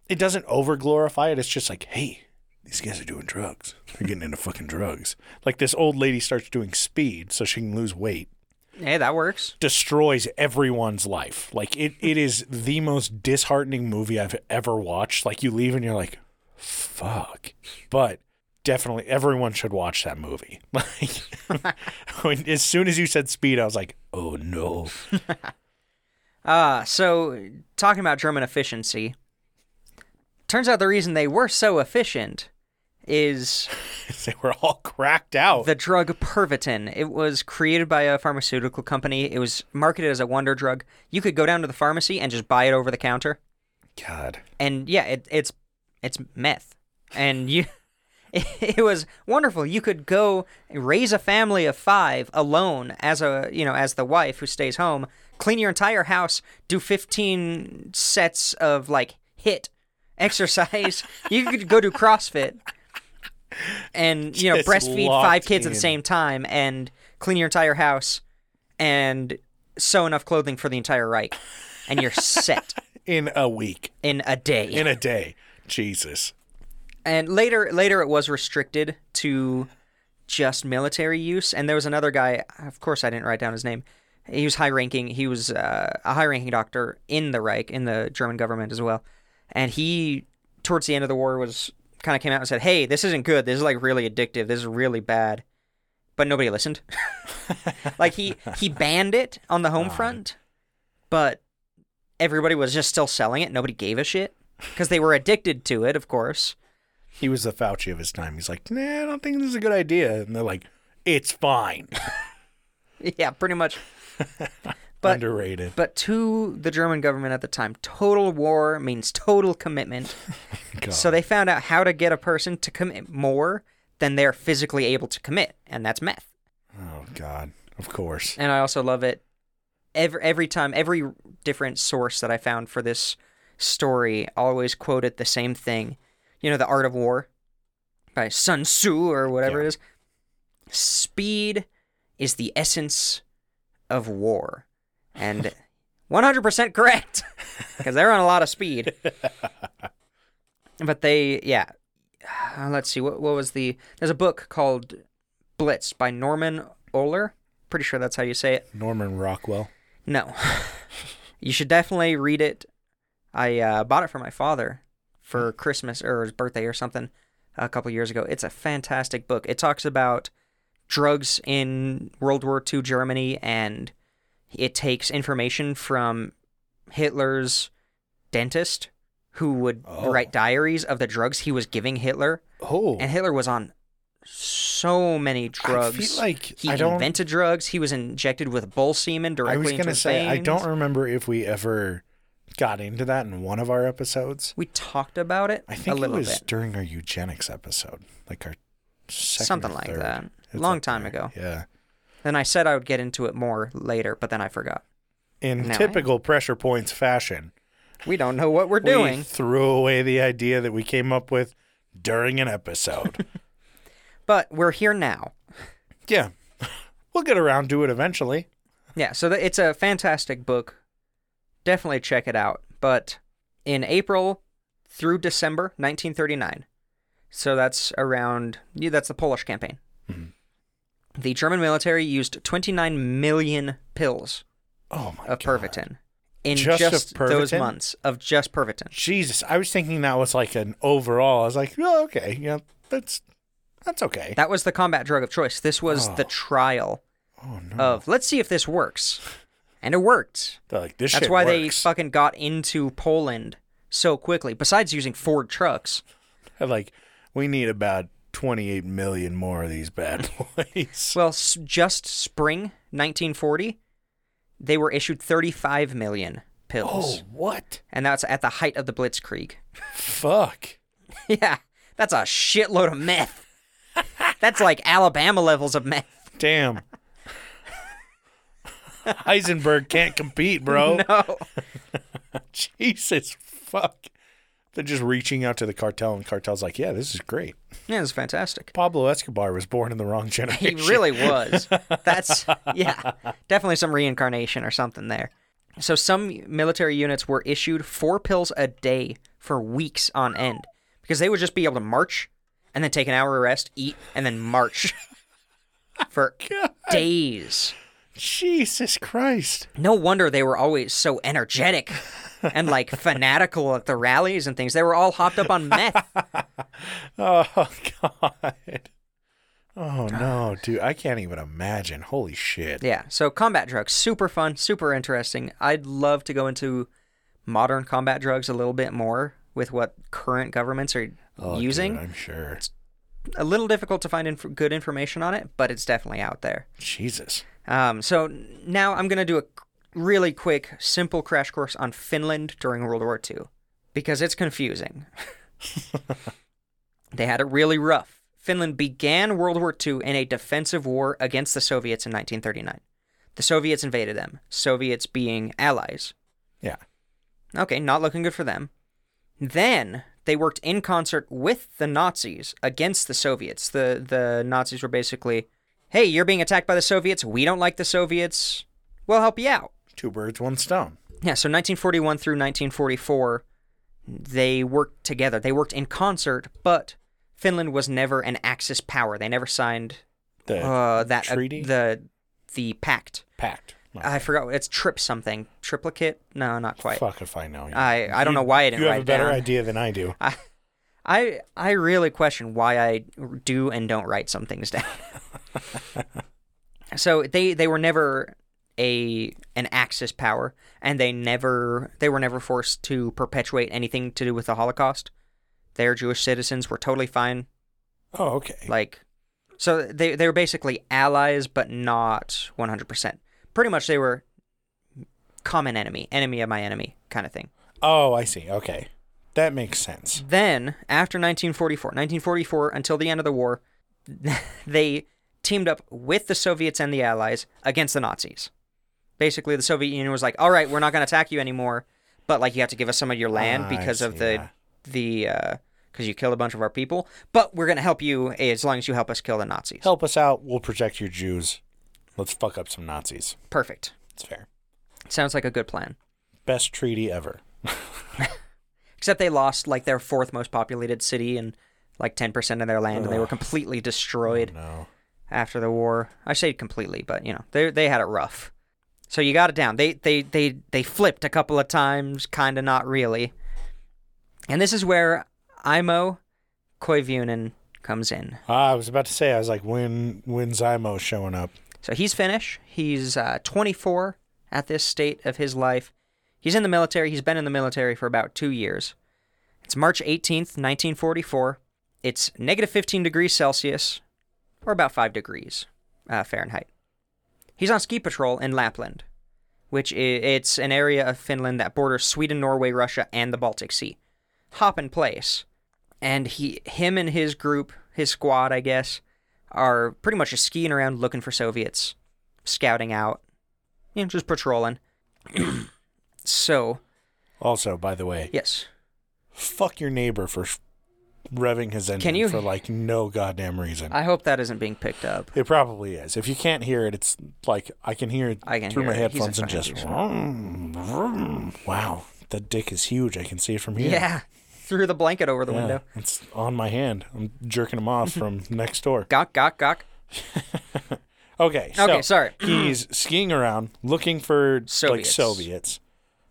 Speaker 1: it doesn't over glorify it. It's just like, hey, these guys are doing drugs. They're getting into fucking drugs. Like this old lady starts doing speed so she can lose weight.
Speaker 2: Hey, that works.
Speaker 1: Destroys everyone's life. Like it it is the most disheartening movie I've ever watched. Like you leave and you're like, fuck. But definitely everyone should watch that movie. Like when, as soon as you said speed, I was like, oh no.
Speaker 2: Uh, so talking about German efficiency, turns out the reason they were so efficient is
Speaker 1: they were all cracked out.
Speaker 2: the drug Pervitin. It was created by a pharmaceutical company. It was marketed as a wonder drug. You could go down to the pharmacy and just buy it over the counter.
Speaker 1: God.
Speaker 2: and yeah, it, it's it's meth, and you, it, was wonderful. You could go raise a family of five alone as a you know as the wife who stays home, clean your entire house, do fifteen sets of like hit exercise. you could go do CrossFit, and you know
Speaker 1: Just
Speaker 2: breastfeed five
Speaker 1: locked
Speaker 2: kids at
Speaker 1: in.
Speaker 2: the same time, and clean your entire house, and sew enough clothing for the entire Reich, and you're set.
Speaker 1: In a week.
Speaker 2: In a day.
Speaker 1: In a day. Jesus.
Speaker 2: and later later it was restricted to just military use and there was another guy of course i didn't write down his name he was high ranking he was uh, a high ranking doctor in the reich in the german government as well and he towards the end of the war was kind of came out and said hey this isn't good this is like really addictive this is really bad but nobody listened like he he banned it on the home front but everybody was just still selling it nobody gave a shit because they were addicted to it of course
Speaker 1: He was the Fauci of his time. He's like, nah, I don't think this is a good idea. And they're like, it's fine.
Speaker 2: Yeah, pretty much. But-
Speaker 1: Underrated.
Speaker 2: But to the German government at the time, total war means total commitment.
Speaker 1: God.
Speaker 2: So they found out how to get a person to commit more than they're physically able to commit, and that's meth.
Speaker 1: oh, God. Of course.
Speaker 2: And I also love it. Every every time, every different source that I found for this story always quoted the same thing. You know, the Art of War by Sun Tzu or whatever
Speaker 1: Yeah.
Speaker 2: it is. Speed is the essence of war, and 100% correct because they're on a lot of speed. but they, yeah. Uh, let's see what what was the there's a book called Blitz by Norman Ohler. Pretty sure that's how you say it.
Speaker 1: Norman Rockwell.
Speaker 2: No. you should definitely read it. I uh, bought it for my father for Christmas or his birthday or something a couple years ago. It's a fantastic book. It talks about drugs in World War II Germany and it takes information from Hitler's dentist who would
Speaker 1: Oh.
Speaker 2: write diaries of the drugs he was giving Hitler
Speaker 1: Oh.
Speaker 2: and Hitler was on so many drugs.
Speaker 1: like
Speaker 2: he
Speaker 1: I don't-
Speaker 2: invented drugs. He was injected with bull semen
Speaker 1: I
Speaker 2: directly
Speaker 1: was
Speaker 2: into
Speaker 1: going to
Speaker 2: his
Speaker 1: say, I
Speaker 2: veins.
Speaker 1: don't remember if we ever got into that in one of our episodes.
Speaker 2: We talked about it
Speaker 1: I
Speaker 2: a
Speaker 1: think it
Speaker 2: little
Speaker 1: was
Speaker 2: bit,
Speaker 1: during our eugenics episode, like our second or
Speaker 2: something like
Speaker 1: third.
Speaker 2: that.
Speaker 1: It's
Speaker 2: Long
Speaker 1: up
Speaker 2: time
Speaker 1: there.
Speaker 2: ago.
Speaker 1: Yeah.
Speaker 2: Then I said I would get into it more later, but then I forgot.
Speaker 1: In
Speaker 2: No, I-
Speaker 1: typical pressure points fashion,
Speaker 2: We don't know what we're
Speaker 1: we
Speaker 2: doing,
Speaker 1: threw away the idea that we came up with during an episode.
Speaker 2: but we're here now.
Speaker 1: Yeah. We'll get around to it eventually.
Speaker 2: Yeah, so th- it's a fantastic book. Definitely check it out. But in April through December 1939, so that's around, yeah, that's the Polish campaign.
Speaker 1: Mm-hmm.
Speaker 2: The German military used 29 million pills
Speaker 1: Oh my god.
Speaker 2: of Pervitin in
Speaker 1: Just
Speaker 2: just,
Speaker 1: of
Speaker 2: those
Speaker 1: Pervitin?
Speaker 2: months of just Pervitin.
Speaker 1: Jesus, I was thinking that was like an overall. I was like, oh, okay, yeah, that's that's okay.
Speaker 2: That was the combat drug of choice. This was the
Speaker 1: Oh.
Speaker 2: trial
Speaker 1: oh no,
Speaker 2: of let's see if this works. And it worked.
Speaker 1: They're like this.
Speaker 2: That's
Speaker 1: shit
Speaker 2: why they
Speaker 1: works.
Speaker 2: fucking got into Poland so quickly. Besides using Ford trucks,
Speaker 1: They're like we need about twenty-eight million more of these bad boys.
Speaker 2: well, s- just spring 1940, they were issued 35 million
Speaker 1: oh
Speaker 2: pills,
Speaker 1: what?
Speaker 2: and that's at the height of the Blitzkrieg.
Speaker 1: Fuck.
Speaker 2: yeah, that's a shitload of meth. that's like Alabama levels of meth.
Speaker 1: Damn. Heisenberg can't compete, bro.
Speaker 2: No,
Speaker 1: Jesus fuck. They're just reaching out to the cartel, and cartel's like, yeah, this is great.
Speaker 2: yeah, it's fantastic.
Speaker 1: Pablo Escobar was born in the wrong
Speaker 2: He
Speaker 1: generation.
Speaker 2: really was. That's yeah, definitely some reincarnation or something there. So some military units were issued four pills a day for weeks on end because they would just be able to march and then take an hour rest, eat, and then march for days.
Speaker 1: Jesus Christ.
Speaker 2: No wonder they were always so energetic and like fanatical at the rallies and things. They were all hopped up on meth.
Speaker 1: Oh God. Oh no, dude. I can't even imagine. Holy shit.
Speaker 2: Yeah. So combat drugs, super fun, super interesting. I'd love to go into modern combat drugs a little bit more with what current governments are
Speaker 1: Oh,
Speaker 2: using.
Speaker 1: dude, I'm sure.
Speaker 2: A little difficult to find inf- good information on it, but it's definitely out there.
Speaker 1: Jesus.
Speaker 2: Um, so n- now I'm going to do a c- really quick, simple crash course on Finland during World War II because it's confusing. they had it really rough. Finland began World War II in a defensive war against the Soviets in 1939. The Soviets invaded them, Soviets being allies.
Speaker 1: Yeah.
Speaker 2: Okay, not looking good for them. Then they worked in concert with the Nazis against the Soviets. The the Nazis were basically, "Hey, you're being attacked by the Soviets. We don't like the Soviets. We'll help you out."
Speaker 1: Two birds, one stone.
Speaker 2: Yeah, so 1941 through 1944, they worked together. They worked in concert, but Finland was never an Axis power. They never signed
Speaker 1: The
Speaker 2: uh, that uh,
Speaker 1: treaty
Speaker 2: the the pact.
Speaker 1: pact. No,
Speaker 2: I forgot. It's trip something. Triplicate? No, not quite.
Speaker 1: Fuck if I know.
Speaker 2: I I don't know why I didn't
Speaker 1: You
Speaker 2: write
Speaker 1: have a
Speaker 2: it
Speaker 1: better
Speaker 2: down.
Speaker 1: idea than I do.
Speaker 2: I, I I really question why I do and don't write some things down. so they they were never a an Axis power, and they never they were never forced to perpetuate anything to do with the Holocaust. Their Jewish citizens were totally fine.
Speaker 1: Oh, okay.
Speaker 2: Like, so they they were basically allies, but not one hundred percent. Pretty much, they were common enemy, enemy of my enemy, kind of thing.
Speaker 1: Oh, I see. Okay. That makes sense.
Speaker 2: Then, after 1944, 1944 until the end of the war, they teamed up with the Soviets and the Allies against the Nazis. Basically, the Soviet Union was like, "All right, we're not going to attack you anymore, but like you have to give us some of your land
Speaker 1: Ah, I
Speaker 2: because of
Speaker 1: see,
Speaker 2: the
Speaker 1: yeah.
Speaker 2: the uh, because you killed a bunch of our people. But we're going to help you as long as you help us kill the Nazis."
Speaker 1: Help us out. We'll protect your Jews. Let's fuck up some Nazis.
Speaker 2: Perfect.
Speaker 1: It's fair.
Speaker 2: Sounds like a good plan.
Speaker 1: Best treaty ever.
Speaker 2: Except they lost like their fourth most populated city and like 10% of their land, and they were completely destroyed.
Speaker 1: Oh, No.
Speaker 2: after the war. I say completely, but you know they they had it rough. So you got it down. They they they they flipped a couple of times, kind of not really. And this is where Imo Koivunen comes in.
Speaker 1: Ah, I was about to say. I was like, when when's Imo showing up?
Speaker 2: So he's Finnish. He's uh, 24 at this state of his life. He's in the military. He's been in the military for about two years. It's March 18th, 1944. It's negative 15 degrees Celsius, or about 5 degrees uh, Fahrenheit. He's on ski patrol in Lapland, which i it's an area of Finland that borders Sweden, Norway, Russia, and the Baltic Sea. Hop in place. And he, him and his group, his squad, I guess, are pretty much just skiing around looking for Soviets, scouting out, you know, just patrolling. so,
Speaker 1: Also, by the way,
Speaker 2: yes.
Speaker 1: fuck your neighbor for sh- revving his engine
Speaker 2: you-
Speaker 1: for like no goddamn reason.
Speaker 2: I hope that isn't being picked up.
Speaker 1: it probably is. If you can't hear it, it's like I can hear it
Speaker 2: I can
Speaker 1: through
Speaker 2: hear
Speaker 1: my
Speaker 2: it. He's a
Speaker 1: headphones and
Speaker 2: fine
Speaker 1: just
Speaker 2: dude.
Speaker 1: vroom, vroom. wow, the dick is huge. I can see it from here.
Speaker 2: Yeah. Through the blanket over the
Speaker 1: Yeah,
Speaker 2: window.
Speaker 1: it's on my hand. I'm jerking him off from next door.
Speaker 2: Gawk, gawk, gawk.
Speaker 1: Okay. So
Speaker 2: Okay, sorry.
Speaker 1: he's skiing around looking for like
Speaker 2: Soviets.
Speaker 1: Soviets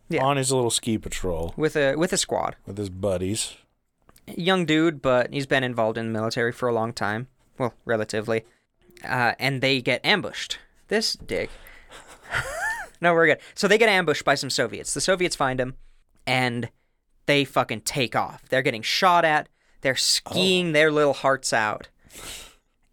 Speaker 2: Yeah.
Speaker 1: on his little ski patrol
Speaker 2: With a with a squad.
Speaker 1: with his buddies.
Speaker 2: Young dude, but he's been involved in the military for a long time. Well, relatively. Uh, and they get ambushed. This dick. no, we're good. So they get ambushed by some Soviets. The Soviets find him and they fucking take off. They're getting shot at. They're
Speaker 1: Oh.
Speaker 2: skiing their little hearts out.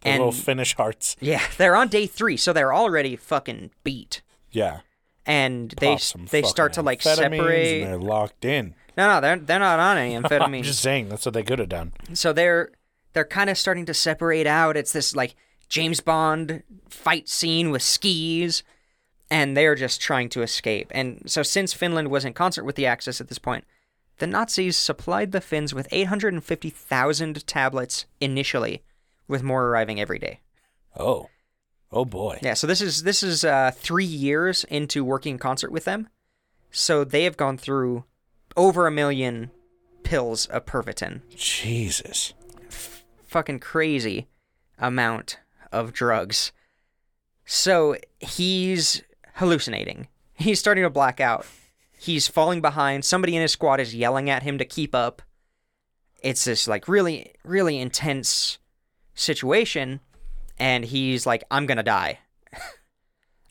Speaker 1: Their
Speaker 2: And-
Speaker 1: little Finnish hearts.
Speaker 2: Yeah, they're on day three, so they're already fucking beat.
Speaker 1: Yeah.
Speaker 2: And
Speaker 1: Pop
Speaker 2: they
Speaker 1: some
Speaker 2: they
Speaker 1: fucking
Speaker 2: start to like
Speaker 1: amphetamines
Speaker 2: separate.
Speaker 1: And they're locked in.
Speaker 2: No, no, they're they're not on any
Speaker 1: I'm
Speaker 2: amphetamine.
Speaker 1: just saying that's what they could have done.
Speaker 2: So they're they're kind of starting to separate out. It's this like James Bond fight scene with skis, and they're just trying to escape. And so since Finland was in concert with the Axis at this point, the Nazis supplied the Finns with 850,000 tablets initially, with more arriving every day.
Speaker 1: Oh. Oh boy.
Speaker 2: Yeah, so this is this is uh, three years into working in concert with them, so they have gone through over a million pills of Pervitin.
Speaker 1: Jesus.
Speaker 2: Fucking crazy amount of drugs. So he's hallucinating. He's starting to black out. He's falling behind. Somebody in his squad is yelling at him to keep up. It's this like really really intense situation, and he's like, "I'm gonna die."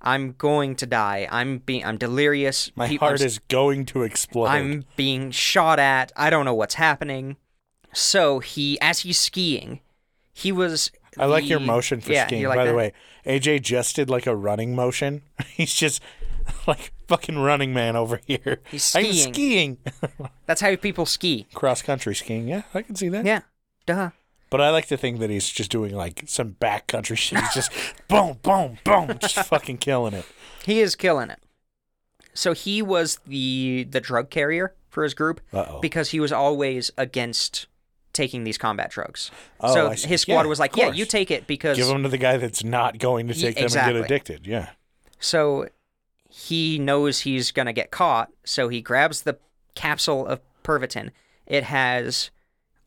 Speaker 2: I'm going to die. I'm being. I'm delirious.
Speaker 1: My
Speaker 2: People- I'm
Speaker 1: heart is going to explode.
Speaker 2: I'm being shot at. I don't know what's happening. So he, as he's skiing, he was.
Speaker 1: I like your
Speaker 2: the-
Speaker 1: motion for
Speaker 2: yeah, you
Speaker 1: skiing.
Speaker 2: like
Speaker 1: By the
Speaker 2: that?
Speaker 1: way, AJ just did like a running motion. He's just like fucking running man over here.
Speaker 2: He's
Speaker 1: I'm
Speaker 2: skiing.
Speaker 1: skiing.
Speaker 2: That's how people ski.
Speaker 1: Cross country skiing. Yeah, I can see that.
Speaker 2: Yeah, duh.
Speaker 1: But I like to think that he's just doing like some backcountry shit. He's just boom, boom, boom, just fucking killing it.
Speaker 2: He is killing it. So he was the the drug carrier for his group
Speaker 1: Uh oh.
Speaker 2: because he was always against taking these combat drugs.
Speaker 1: Oh,
Speaker 2: so
Speaker 1: I see.
Speaker 2: his squad
Speaker 1: Yeah,
Speaker 2: was
Speaker 1: of
Speaker 2: like, "Yeah,
Speaker 1: course.
Speaker 2: you take it because
Speaker 1: Give them to the guy that's not going to
Speaker 2: Ye-
Speaker 1: take them
Speaker 2: exactly.
Speaker 1: and get addicted. Yeah.
Speaker 2: So he knows he's going to get caught, so he grabs the capsule of Pervitin. It has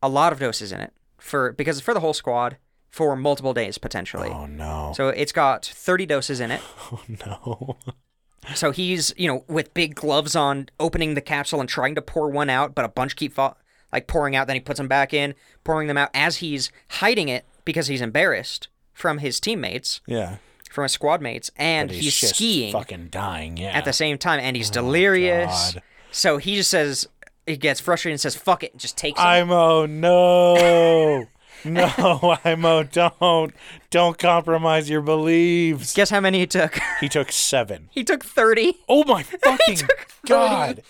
Speaker 2: a lot of doses in it for because for the whole squad for multiple days potentially.
Speaker 1: Oh no.
Speaker 2: So it's got 30 doses in it.
Speaker 1: Oh no.
Speaker 2: So he's, you know, with big gloves on opening the capsule and trying to pour one out, but a bunch keep fall- like pouring out then he puts them back in, pouring them out as he's hiding it because he's embarrassed from his teammates,
Speaker 1: Yeah.
Speaker 2: from his squad mates and
Speaker 1: But
Speaker 2: he's,
Speaker 1: just
Speaker 2: skiing
Speaker 1: Fucking dying. Yeah. Oh
Speaker 2: at the same time, and he's delirious.
Speaker 1: God.
Speaker 2: So he just says he gets frustrated and says, "Fuck it," and just takes it.
Speaker 1: I'm oh no. no, I'm oh don't. Don't compromise your beliefs.
Speaker 2: Guess how many he took?
Speaker 1: He took seven.
Speaker 2: he took thirty.
Speaker 1: Oh my fucking god.
Speaker 2: Oh,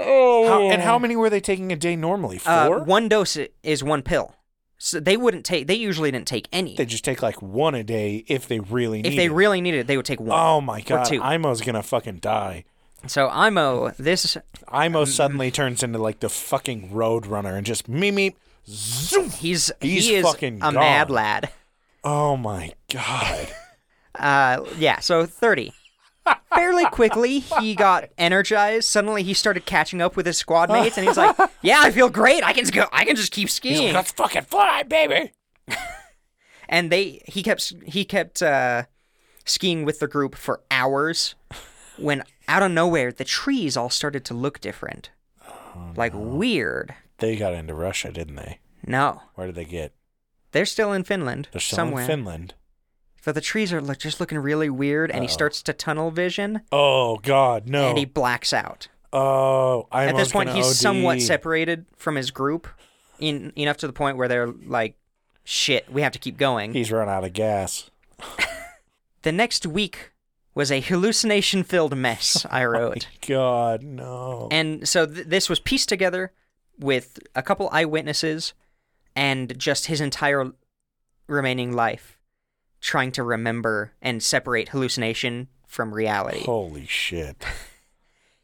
Speaker 2: Uh,
Speaker 1: How, and how many were they taking a day normally? Four?
Speaker 2: one dose i- is one pill. So they wouldn't take. They usually didn't take any.
Speaker 1: They just take like one a day if they really need
Speaker 2: if they
Speaker 1: it.
Speaker 2: really needed it, they would take one.
Speaker 1: Oh my god,
Speaker 2: two.
Speaker 1: Imo's gonna fucking die.
Speaker 2: So Imo, this
Speaker 1: Imo suddenly turns into like the fucking road runner and just me me zoom.
Speaker 2: he's,
Speaker 1: He's
Speaker 2: he is
Speaker 1: fucking
Speaker 2: a
Speaker 1: gone.
Speaker 2: mad lad.
Speaker 1: Oh my god.
Speaker 2: Uh, yeah. So thirty. Fairly quickly, he got energized. Suddenly, he started catching up with his squad mates, and he's like, "Yeah, I feel great. I can go. I can just keep skiing."
Speaker 1: He's like, Let's fucking fly, baby.
Speaker 2: and they he kept he kept uh, skiing with the group for hours when out of nowhere the trees all started to look different like weird
Speaker 1: They got into Russia, didn't they?
Speaker 2: no
Speaker 1: Where did they get?
Speaker 2: they're still in finland
Speaker 1: They're still
Speaker 2: somewhere
Speaker 1: in Finland.
Speaker 2: but the trees are look, just looking really weird and he
Speaker 1: Uh-oh.
Speaker 2: starts to tunnel vision
Speaker 1: Oh god, no.
Speaker 2: and he blacks out
Speaker 1: oh, I'm
Speaker 2: at this point
Speaker 1: gonna
Speaker 2: he's
Speaker 1: OD.
Speaker 2: somewhat separated from his group in enough to the point where they're like shit we have to keep going
Speaker 1: He's run out of gas.
Speaker 2: the next week was a hallucination filled mess i
Speaker 1: Oh
Speaker 2: wrote
Speaker 1: God, no.
Speaker 2: And so th- this was pieced together with a couple eyewitnesses and just his entire remaining life trying to remember and separate hallucination from reality.
Speaker 1: Holy shit.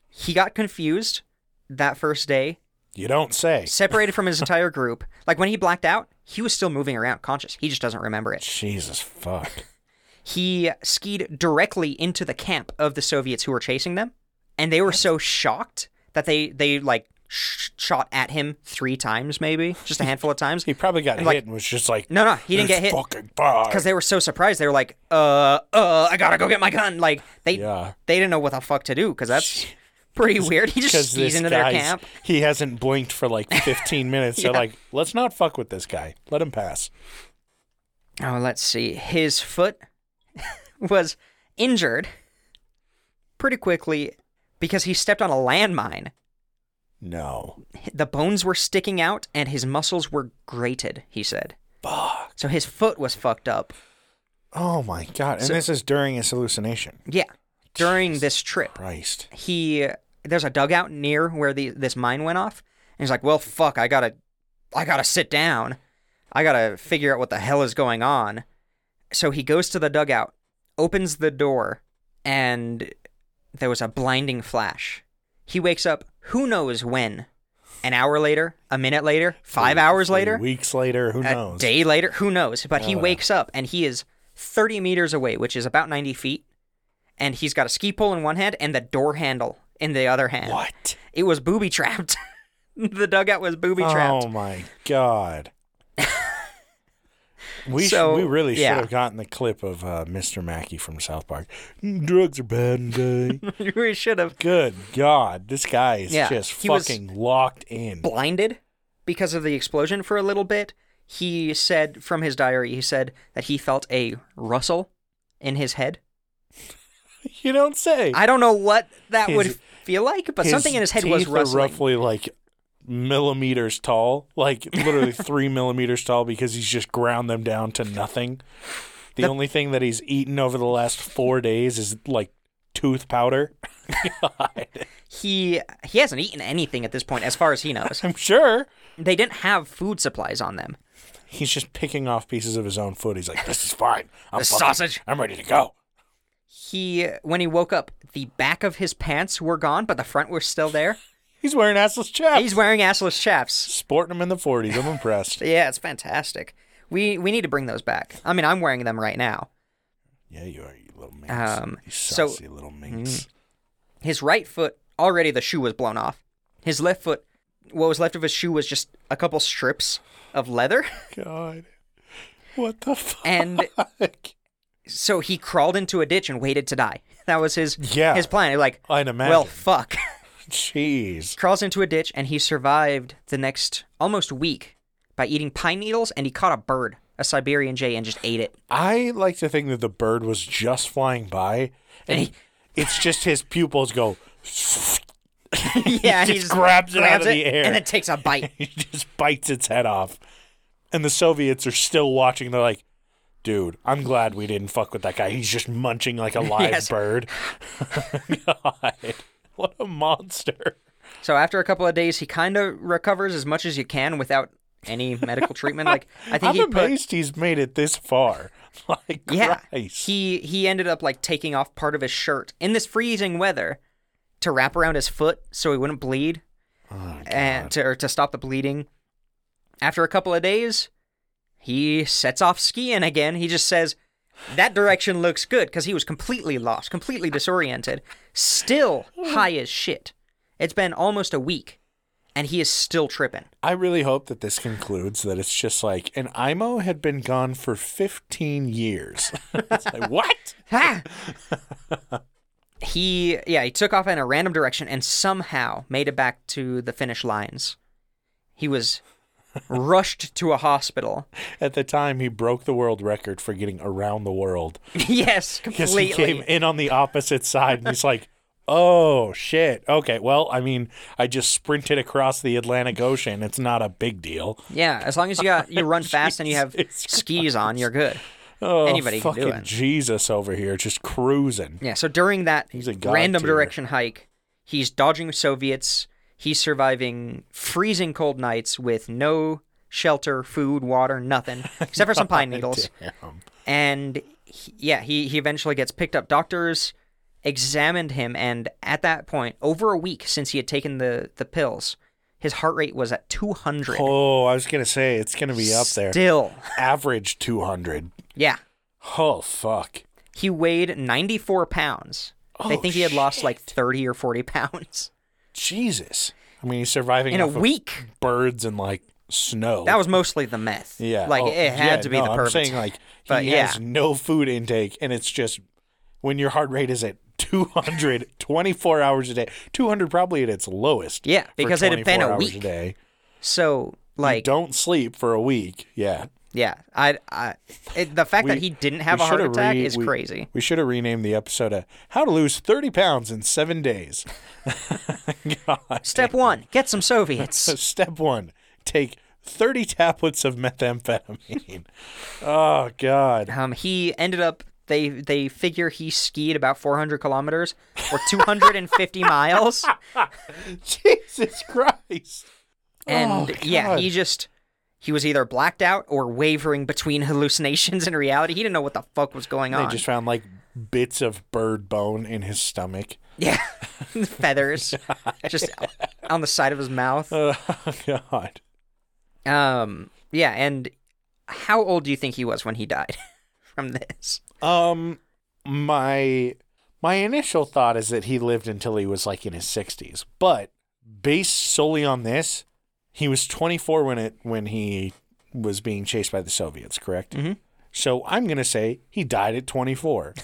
Speaker 2: He got confused that first day
Speaker 1: You don't say.
Speaker 2: separated from his entire group. Like when he blacked out, he was still moving around conscious. He just doesn't remember it.
Speaker 1: Jesus fuck.
Speaker 2: He skied directly into the camp of the Soviets who were chasing them, and they were so shocked that they they like sh- shot at him 3 times maybe, just a handful of times.
Speaker 1: He probably got
Speaker 2: like-
Speaker 1: hit and was just like,
Speaker 2: No, no, he didn't
Speaker 1: "This
Speaker 2: get hit
Speaker 1: Fucking fuck.
Speaker 2: because they were so surprised. They were like, "Uh, uh, I got to go get my gun." Like they
Speaker 1: Yeah.
Speaker 2: they didn't know what the fuck to do cuz that's pretty weird. He just
Speaker 1: Because
Speaker 2: skis
Speaker 1: this
Speaker 2: into their
Speaker 1: guy's-
Speaker 2: camp.
Speaker 1: he hasn't blinked for like 15 minutes. They're like, let's not fuck with this guy. Let him pass.
Speaker 2: Oh, let's see. His foot was injured pretty quickly because he stepped on a landmine.
Speaker 1: No.
Speaker 2: The bones were sticking out and his muscles were grated, he said.
Speaker 1: Fuck.
Speaker 2: So his foot was fucked up.
Speaker 1: Oh my god. And
Speaker 2: So-
Speaker 1: this is during his hallucination.
Speaker 2: Yeah. During this trip,
Speaker 1: Christ.
Speaker 2: he there's a dugout near where the this mine went off. And he's like, "Well, fuck, I got to I got to sit down. I got to figure out what the hell is going on." So he goes to the dugout, opens the door, and there was a blinding flash. He wakes up who knows when. An hour later, a minute later, 5 hours
Speaker 1: Three
Speaker 2: later,
Speaker 1: Weeks later. Who
Speaker 2: a
Speaker 1: knows? Oh,
Speaker 2: day later, who knows? But he
Speaker 1: Yeah.
Speaker 2: wakes up and he is 30 meters away, which is about 90 feet. And he's got a ski pole in one hand and the door handle in the other hand.
Speaker 1: What?
Speaker 2: It was booby trapped. the dugout was booby trapped.
Speaker 1: Oh my god. We, sh-
Speaker 2: So,
Speaker 1: we really should
Speaker 2: yeah.
Speaker 1: have gotten the clip of uh, Mr. Mackey from South Park. "Mm, Drugs are bad today.
Speaker 2: we should have
Speaker 1: Good God, this guy is
Speaker 2: Yeah,
Speaker 1: just
Speaker 2: he was-
Speaker 1: fucking locked in.
Speaker 2: blinded because of the explosion for a little bit. He said from his diary, he said that he felt a rustle in his head.
Speaker 1: You don't say.
Speaker 2: I don't know what that
Speaker 1: His-
Speaker 2: would feel like, but
Speaker 1: His
Speaker 2: something in his head was
Speaker 1: teeth are
Speaker 2: rustling.
Speaker 1: roughly like millimeters tall, like literally three millimeters tall, because he's just ground them down to nothing. The,
Speaker 2: The-
Speaker 1: only thing that he's eaten over the last four days is like tooth powder. God,
Speaker 2: He he hasn't eaten anything at this point, as far as he knows.
Speaker 1: I'm sure
Speaker 2: they didn't have food supplies on them.
Speaker 1: he's just picking off pieces of his own foot. He's like, "This is fine. I'm
Speaker 2: The
Speaker 1: fucking-
Speaker 2: sausage."
Speaker 1: I'm ready to go."
Speaker 2: He, when he woke up, the back of his pants were gone, but the front were still there.
Speaker 1: He's wearing assless chaps.
Speaker 2: He's wearing assless chaps.
Speaker 1: sporting them in the 40s. I'm impressed.
Speaker 2: Yeah, it's fantastic. We we need to bring those back. I mean, I'm wearing them right now.
Speaker 1: yeah, you are, you little minx.
Speaker 2: Um,
Speaker 1: you
Speaker 2: so-
Speaker 1: saucy little minx.
Speaker 2: His right foot already the shoe was blown off. His left foot, what was left of his shoe was just a couple strips of leather.
Speaker 1: God, what the fuck?
Speaker 2: mm. And- So he crawled into a ditch and waited to die. That was his
Speaker 1: Yeah.
Speaker 2: his plan. Like,
Speaker 1: I'd imagine.
Speaker 2: well, fuck.
Speaker 1: Jeez.
Speaker 2: crawls into a ditch and he survived the next almost week by eating pine needles and he caught a bird a siberian jay and just ate it
Speaker 1: I like to think that the bird was just flying by, and
Speaker 2: Hey.
Speaker 1: it's just his pupils go.
Speaker 2: yeah
Speaker 1: just grabs it out of the air.
Speaker 2: and then takes a bite
Speaker 1: He just bites its head off, and the Soviets are still watching. They're like, "Dude, I'm glad we didn't fuck with that guy. He's just munching like a live
Speaker 2: Yes.
Speaker 1: bird." God, what a monster!
Speaker 2: so after a couple of days he kind of recovers as much as you can without any medical treatment like i think
Speaker 1: I'm
Speaker 2: he put
Speaker 1: amazed he's made it this far. Like,
Speaker 2: yeah
Speaker 1: Christ.
Speaker 2: he he ended up like taking off part of his shirt in this freezing weather to wrap around his foot so he wouldn't bleed
Speaker 1: Oh,
Speaker 2: and to, or to stop the bleeding. After a couple of days, he sets off skiing again. He just says, That direction looks good because he was completely lost, completely disoriented, still high as shit. It's been almost a week and he is still tripping.
Speaker 1: I really hope that this concludes that it's just like an IMO had been gone for 15 years. it's like, what?
Speaker 2: Ha! he, yeah, he took off in a random direction and somehow made it back to the finish lines. He was rushed to a hospital.
Speaker 1: At the time, he broke the world record for getting around the world
Speaker 2: yes,
Speaker 1: because
Speaker 2: completely.
Speaker 1: he came in on the opposite side and he's like, oh, shit. Okay, well, I mean, I just sprinted across the Atlantic Ocean. It's not a big deal.
Speaker 2: Yeah, as long as you got you run fast and you have
Speaker 1: Jesus
Speaker 2: skis on, you're good.
Speaker 1: Oh,
Speaker 2: Anybody can do
Speaker 1: fucking
Speaker 2: it.
Speaker 1: Jesus over here just cruising.
Speaker 2: Yeah. So during that
Speaker 1: He's a god
Speaker 2: random
Speaker 1: tier.
Speaker 2: direction hike, he's dodging Soviets. He's surviving freezing cold nights with no shelter, food, water, nothing except for some pine needles.
Speaker 1: Damn.
Speaker 2: And he, yeah, he he eventually gets picked up. Doctors examined him, and at that point, over a week since he had taken the the pills, His heart rate was at 200.
Speaker 1: Oh, I was gonna say it's gonna be up there.
Speaker 2: Still.
Speaker 1: Average two hundred.
Speaker 2: Yeah.
Speaker 1: Oh fuck.
Speaker 2: He weighed 94 pounds. they
Speaker 1: Oh,
Speaker 2: think he had lost like 30 or 40 pounds
Speaker 1: Jesus. I mean, he's surviving
Speaker 2: in a
Speaker 1: off of
Speaker 2: week.
Speaker 1: birds and like snow.
Speaker 2: That was mostly the meth.
Speaker 1: yeah.
Speaker 2: Like
Speaker 1: Oh,
Speaker 2: it had
Speaker 1: yeah,
Speaker 2: to be
Speaker 1: no,
Speaker 2: the
Speaker 1: I'm
Speaker 2: perfect.
Speaker 1: saying like
Speaker 2: But,
Speaker 1: he
Speaker 2: yeah.
Speaker 1: has no food intake, and it's just when your heart rate is at 200 24 hours a day 200 probably at its lowest
Speaker 2: Yeah,
Speaker 1: for
Speaker 2: because it had been
Speaker 1: 24
Speaker 2: a
Speaker 1: hours
Speaker 2: week.
Speaker 1: day
Speaker 2: so like
Speaker 1: don't sleep for a week yeah
Speaker 2: yeah, I I it, the fact that
Speaker 1: We-
Speaker 2: he didn't have
Speaker 1: we
Speaker 2: a heart
Speaker 1: shoulda
Speaker 2: attack
Speaker 1: re-
Speaker 2: is
Speaker 1: we-
Speaker 2: crazy.
Speaker 1: We should have renamed the episode uh, How to Lose 30 Pounds in Seven Days. God.
Speaker 2: Step 1, get some Soviets.
Speaker 1: So step one, take 30 tablets of methamphetamine. oh, God.
Speaker 2: Um, he ended up. They they figure he skied about 400 kilometers or 250 miles,
Speaker 1: Oh, Jesus Christ.
Speaker 2: and
Speaker 1: Oh,
Speaker 2: yeah,
Speaker 1: God.
Speaker 2: he just he was either blacked out or wavering between hallucinations and reality. He didn't know what the fuck was going
Speaker 1: They
Speaker 2: on.
Speaker 1: just found like bits of bird bone in his stomach.
Speaker 2: Yeah, feathers just on the side of his mouth.
Speaker 1: Oh, God.
Speaker 2: Um, yeah, and how old do you think he was when he died from this?
Speaker 1: Um, my my initial thought is that he lived until he was like in his 60s, but based solely on this, he was 24 when it when he was being chased by the Soviets, correct?
Speaker 2: Mhm.
Speaker 1: So I'm gonna say he died at 24.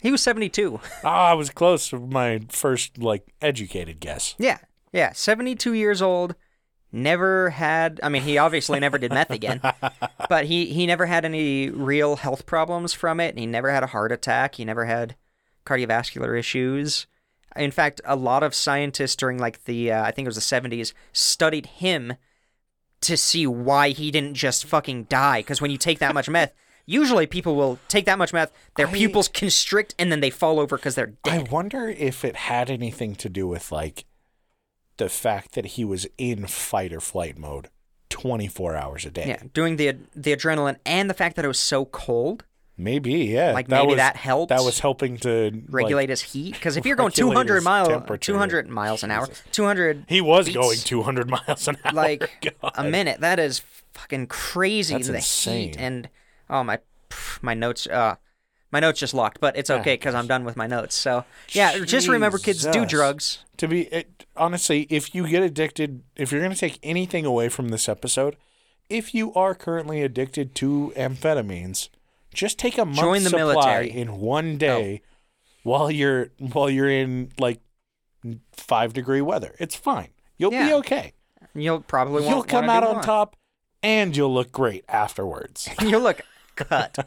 Speaker 2: He was 72.
Speaker 1: ah, I was close to my first like educated guess.
Speaker 2: Yeah, yeah, 72 years old. Never had. I mean, he obviously never did meth again, but he he never had any real health problems from it. And he never had a heart attack. He never had cardiovascular issues. In fact, a lot of scientists during like the uh, I think it was the 70s studied him to see why he didn't just fucking die. Because when you take that much meth, usually people will take that much meth, their
Speaker 1: I-
Speaker 2: pupils constrict, and then they fall over because they're
Speaker 1: I
Speaker 2: dead.
Speaker 1: wonder if it had anything to do with like the fact that he was in fight or flight mode 24 hours a day.
Speaker 2: Yeah, doing the the adrenaline and the fact that it was so cold
Speaker 1: Maybe, yeah.
Speaker 2: Like, maybe that helped?
Speaker 1: That was helping to like-
Speaker 2: regulate his heat because if you're going
Speaker 1: regulate
Speaker 2: 200
Speaker 1: his
Speaker 2: miles
Speaker 1: temperature.
Speaker 2: 200 miles an hour 200
Speaker 1: he was
Speaker 2: beats,
Speaker 1: going 200 miles an hour.
Speaker 2: like
Speaker 1: God.
Speaker 2: a minute that is fucking crazy
Speaker 1: That's
Speaker 2: and the
Speaker 1: insane.
Speaker 2: heat and oh my pff, my notes uh my notes just locked but it's okay because i'm done with my notes so yeah just remember kids do
Speaker 1: Jesus.
Speaker 2: drugs
Speaker 1: to be it, honestly, if you get addicted, if you're going to take anything away from this episode, if you are currently addicted to amphetamines, just take a month's
Speaker 2: Join the
Speaker 1: supply
Speaker 2: military.
Speaker 1: in one day while you're while you're in like 5 degree weather. It's fine. You'll be
Speaker 2: Yeah.
Speaker 1: okay.
Speaker 2: you'll probably won't
Speaker 1: You'll
Speaker 2: wanna
Speaker 1: come
Speaker 2: do
Speaker 1: out on
Speaker 2: more.
Speaker 1: top and you'll look great afterwards.
Speaker 2: you'll look cut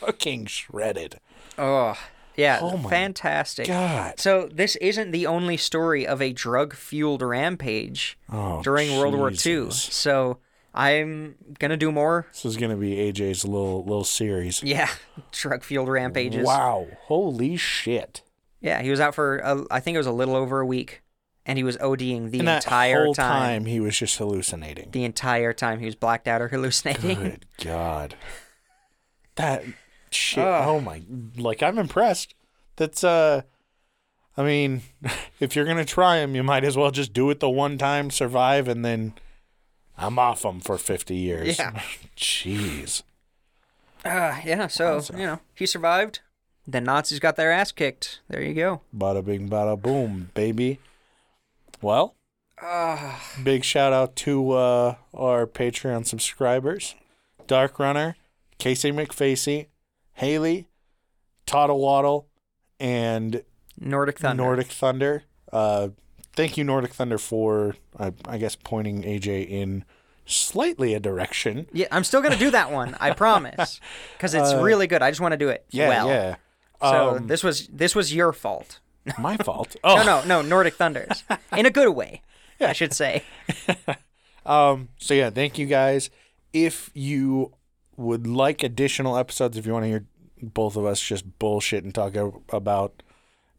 Speaker 1: Fucking shredded.
Speaker 2: oh yeah
Speaker 1: Oh my
Speaker 2: fantastic
Speaker 1: God.
Speaker 2: so this isn't the only story of a drug fueled rampage
Speaker 1: Oh,
Speaker 2: during World War II.
Speaker 1: Jesus.
Speaker 2: So I'm gonna do more.
Speaker 1: This is gonna be AJ's little little series.
Speaker 2: Yeah, drug fueled rampages.
Speaker 1: Wow! Holy shit!
Speaker 2: Yeah, he was out for a, I think it was a little over a week, and he was ODing the
Speaker 1: and that
Speaker 2: entire
Speaker 1: whole
Speaker 2: time.
Speaker 1: time. he was just hallucinating.
Speaker 2: The entire time he was blacked out or hallucinating.
Speaker 1: Good God! That shit!
Speaker 2: Ugh.
Speaker 1: Oh my! Like I'm impressed. That's uh, I mean, if you're gonna try him, you might as well just do it the one time, survive, and then I'm off him for 50 years.
Speaker 2: Yeah.
Speaker 1: Jeez.
Speaker 2: Uh, yeah, so you know he survived. The Nazis got their ass kicked. There you go.
Speaker 1: Bada bing, bada boom, baby. Well,
Speaker 2: Uh,
Speaker 1: Big shout out to uh, our Patreon subscribers Dark Runner, Casey McFacey, Haley, Toddle Waddle, and
Speaker 2: Nordic Thunder.
Speaker 1: Nordic Thunder. Uh, thank you, Nordic Thunder, for, I, I guess, pointing AJ in slightly a direction.
Speaker 2: Yeah, I'm still gonna do that one. I promise, because it's really good. I just want to do it
Speaker 1: Uh, Yeah,
Speaker 2: well.
Speaker 1: yeah.
Speaker 2: So
Speaker 1: Um,
Speaker 2: this was this was your fault.
Speaker 1: my fault. Oh,
Speaker 2: No, no, no, Nordic Thunders. In a good way, I should say.
Speaker 1: Um, so yeah, thank you guys. If you would like additional episodes, if you want to hear both of us just bullshit and talk a- about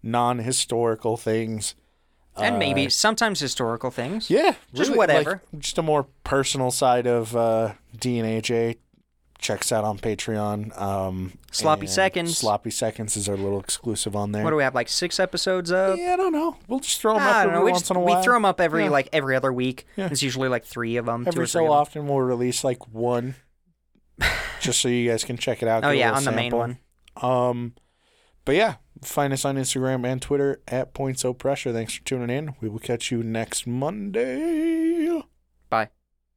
Speaker 1: non-historical things,
Speaker 2: And maybe sometimes historical things.
Speaker 1: Uh, yeah,
Speaker 2: Just
Speaker 1: really,
Speaker 2: whatever.
Speaker 1: like, just a more personal side of uh, D and AJ. Checks out on Patreon. Um,
Speaker 2: Sloppy
Speaker 1: and
Speaker 2: Seconds.
Speaker 1: Sloppy Seconds is our little exclusive on there.
Speaker 2: What do we have? Like six episodes up.
Speaker 1: yeah, I don't know. We'll just throw them up
Speaker 2: I don't
Speaker 1: every
Speaker 2: know. We,
Speaker 1: once
Speaker 2: just,
Speaker 1: in a
Speaker 2: we
Speaker 1: while.
Speaker 2: throw them up every
Speaker 1: Yeah.
Speaker 2: like every other week.
Speaker 1: Yeah.
Speaker 2: There's usually like three of them. two or
Speaker 1: every
Speaker 2: three
Speaker 1: so
Speaker 2: of 'em.
Speaker 1: often. We'll release like one, just so you guys can check it out.
Speaker 2: Oh
Speaker 1: get a
Speaker 2: yeah,
Speaker 1: little
Speaker 2: on the main
Speaker 1: sample.
Speaker 2: one.
Speaker 1: Um, but yeah, find us on Instagram and Twitter at Points O Pressure. Thanks for tuning in. We will catch you next Monday.
Speaker 2: Bye.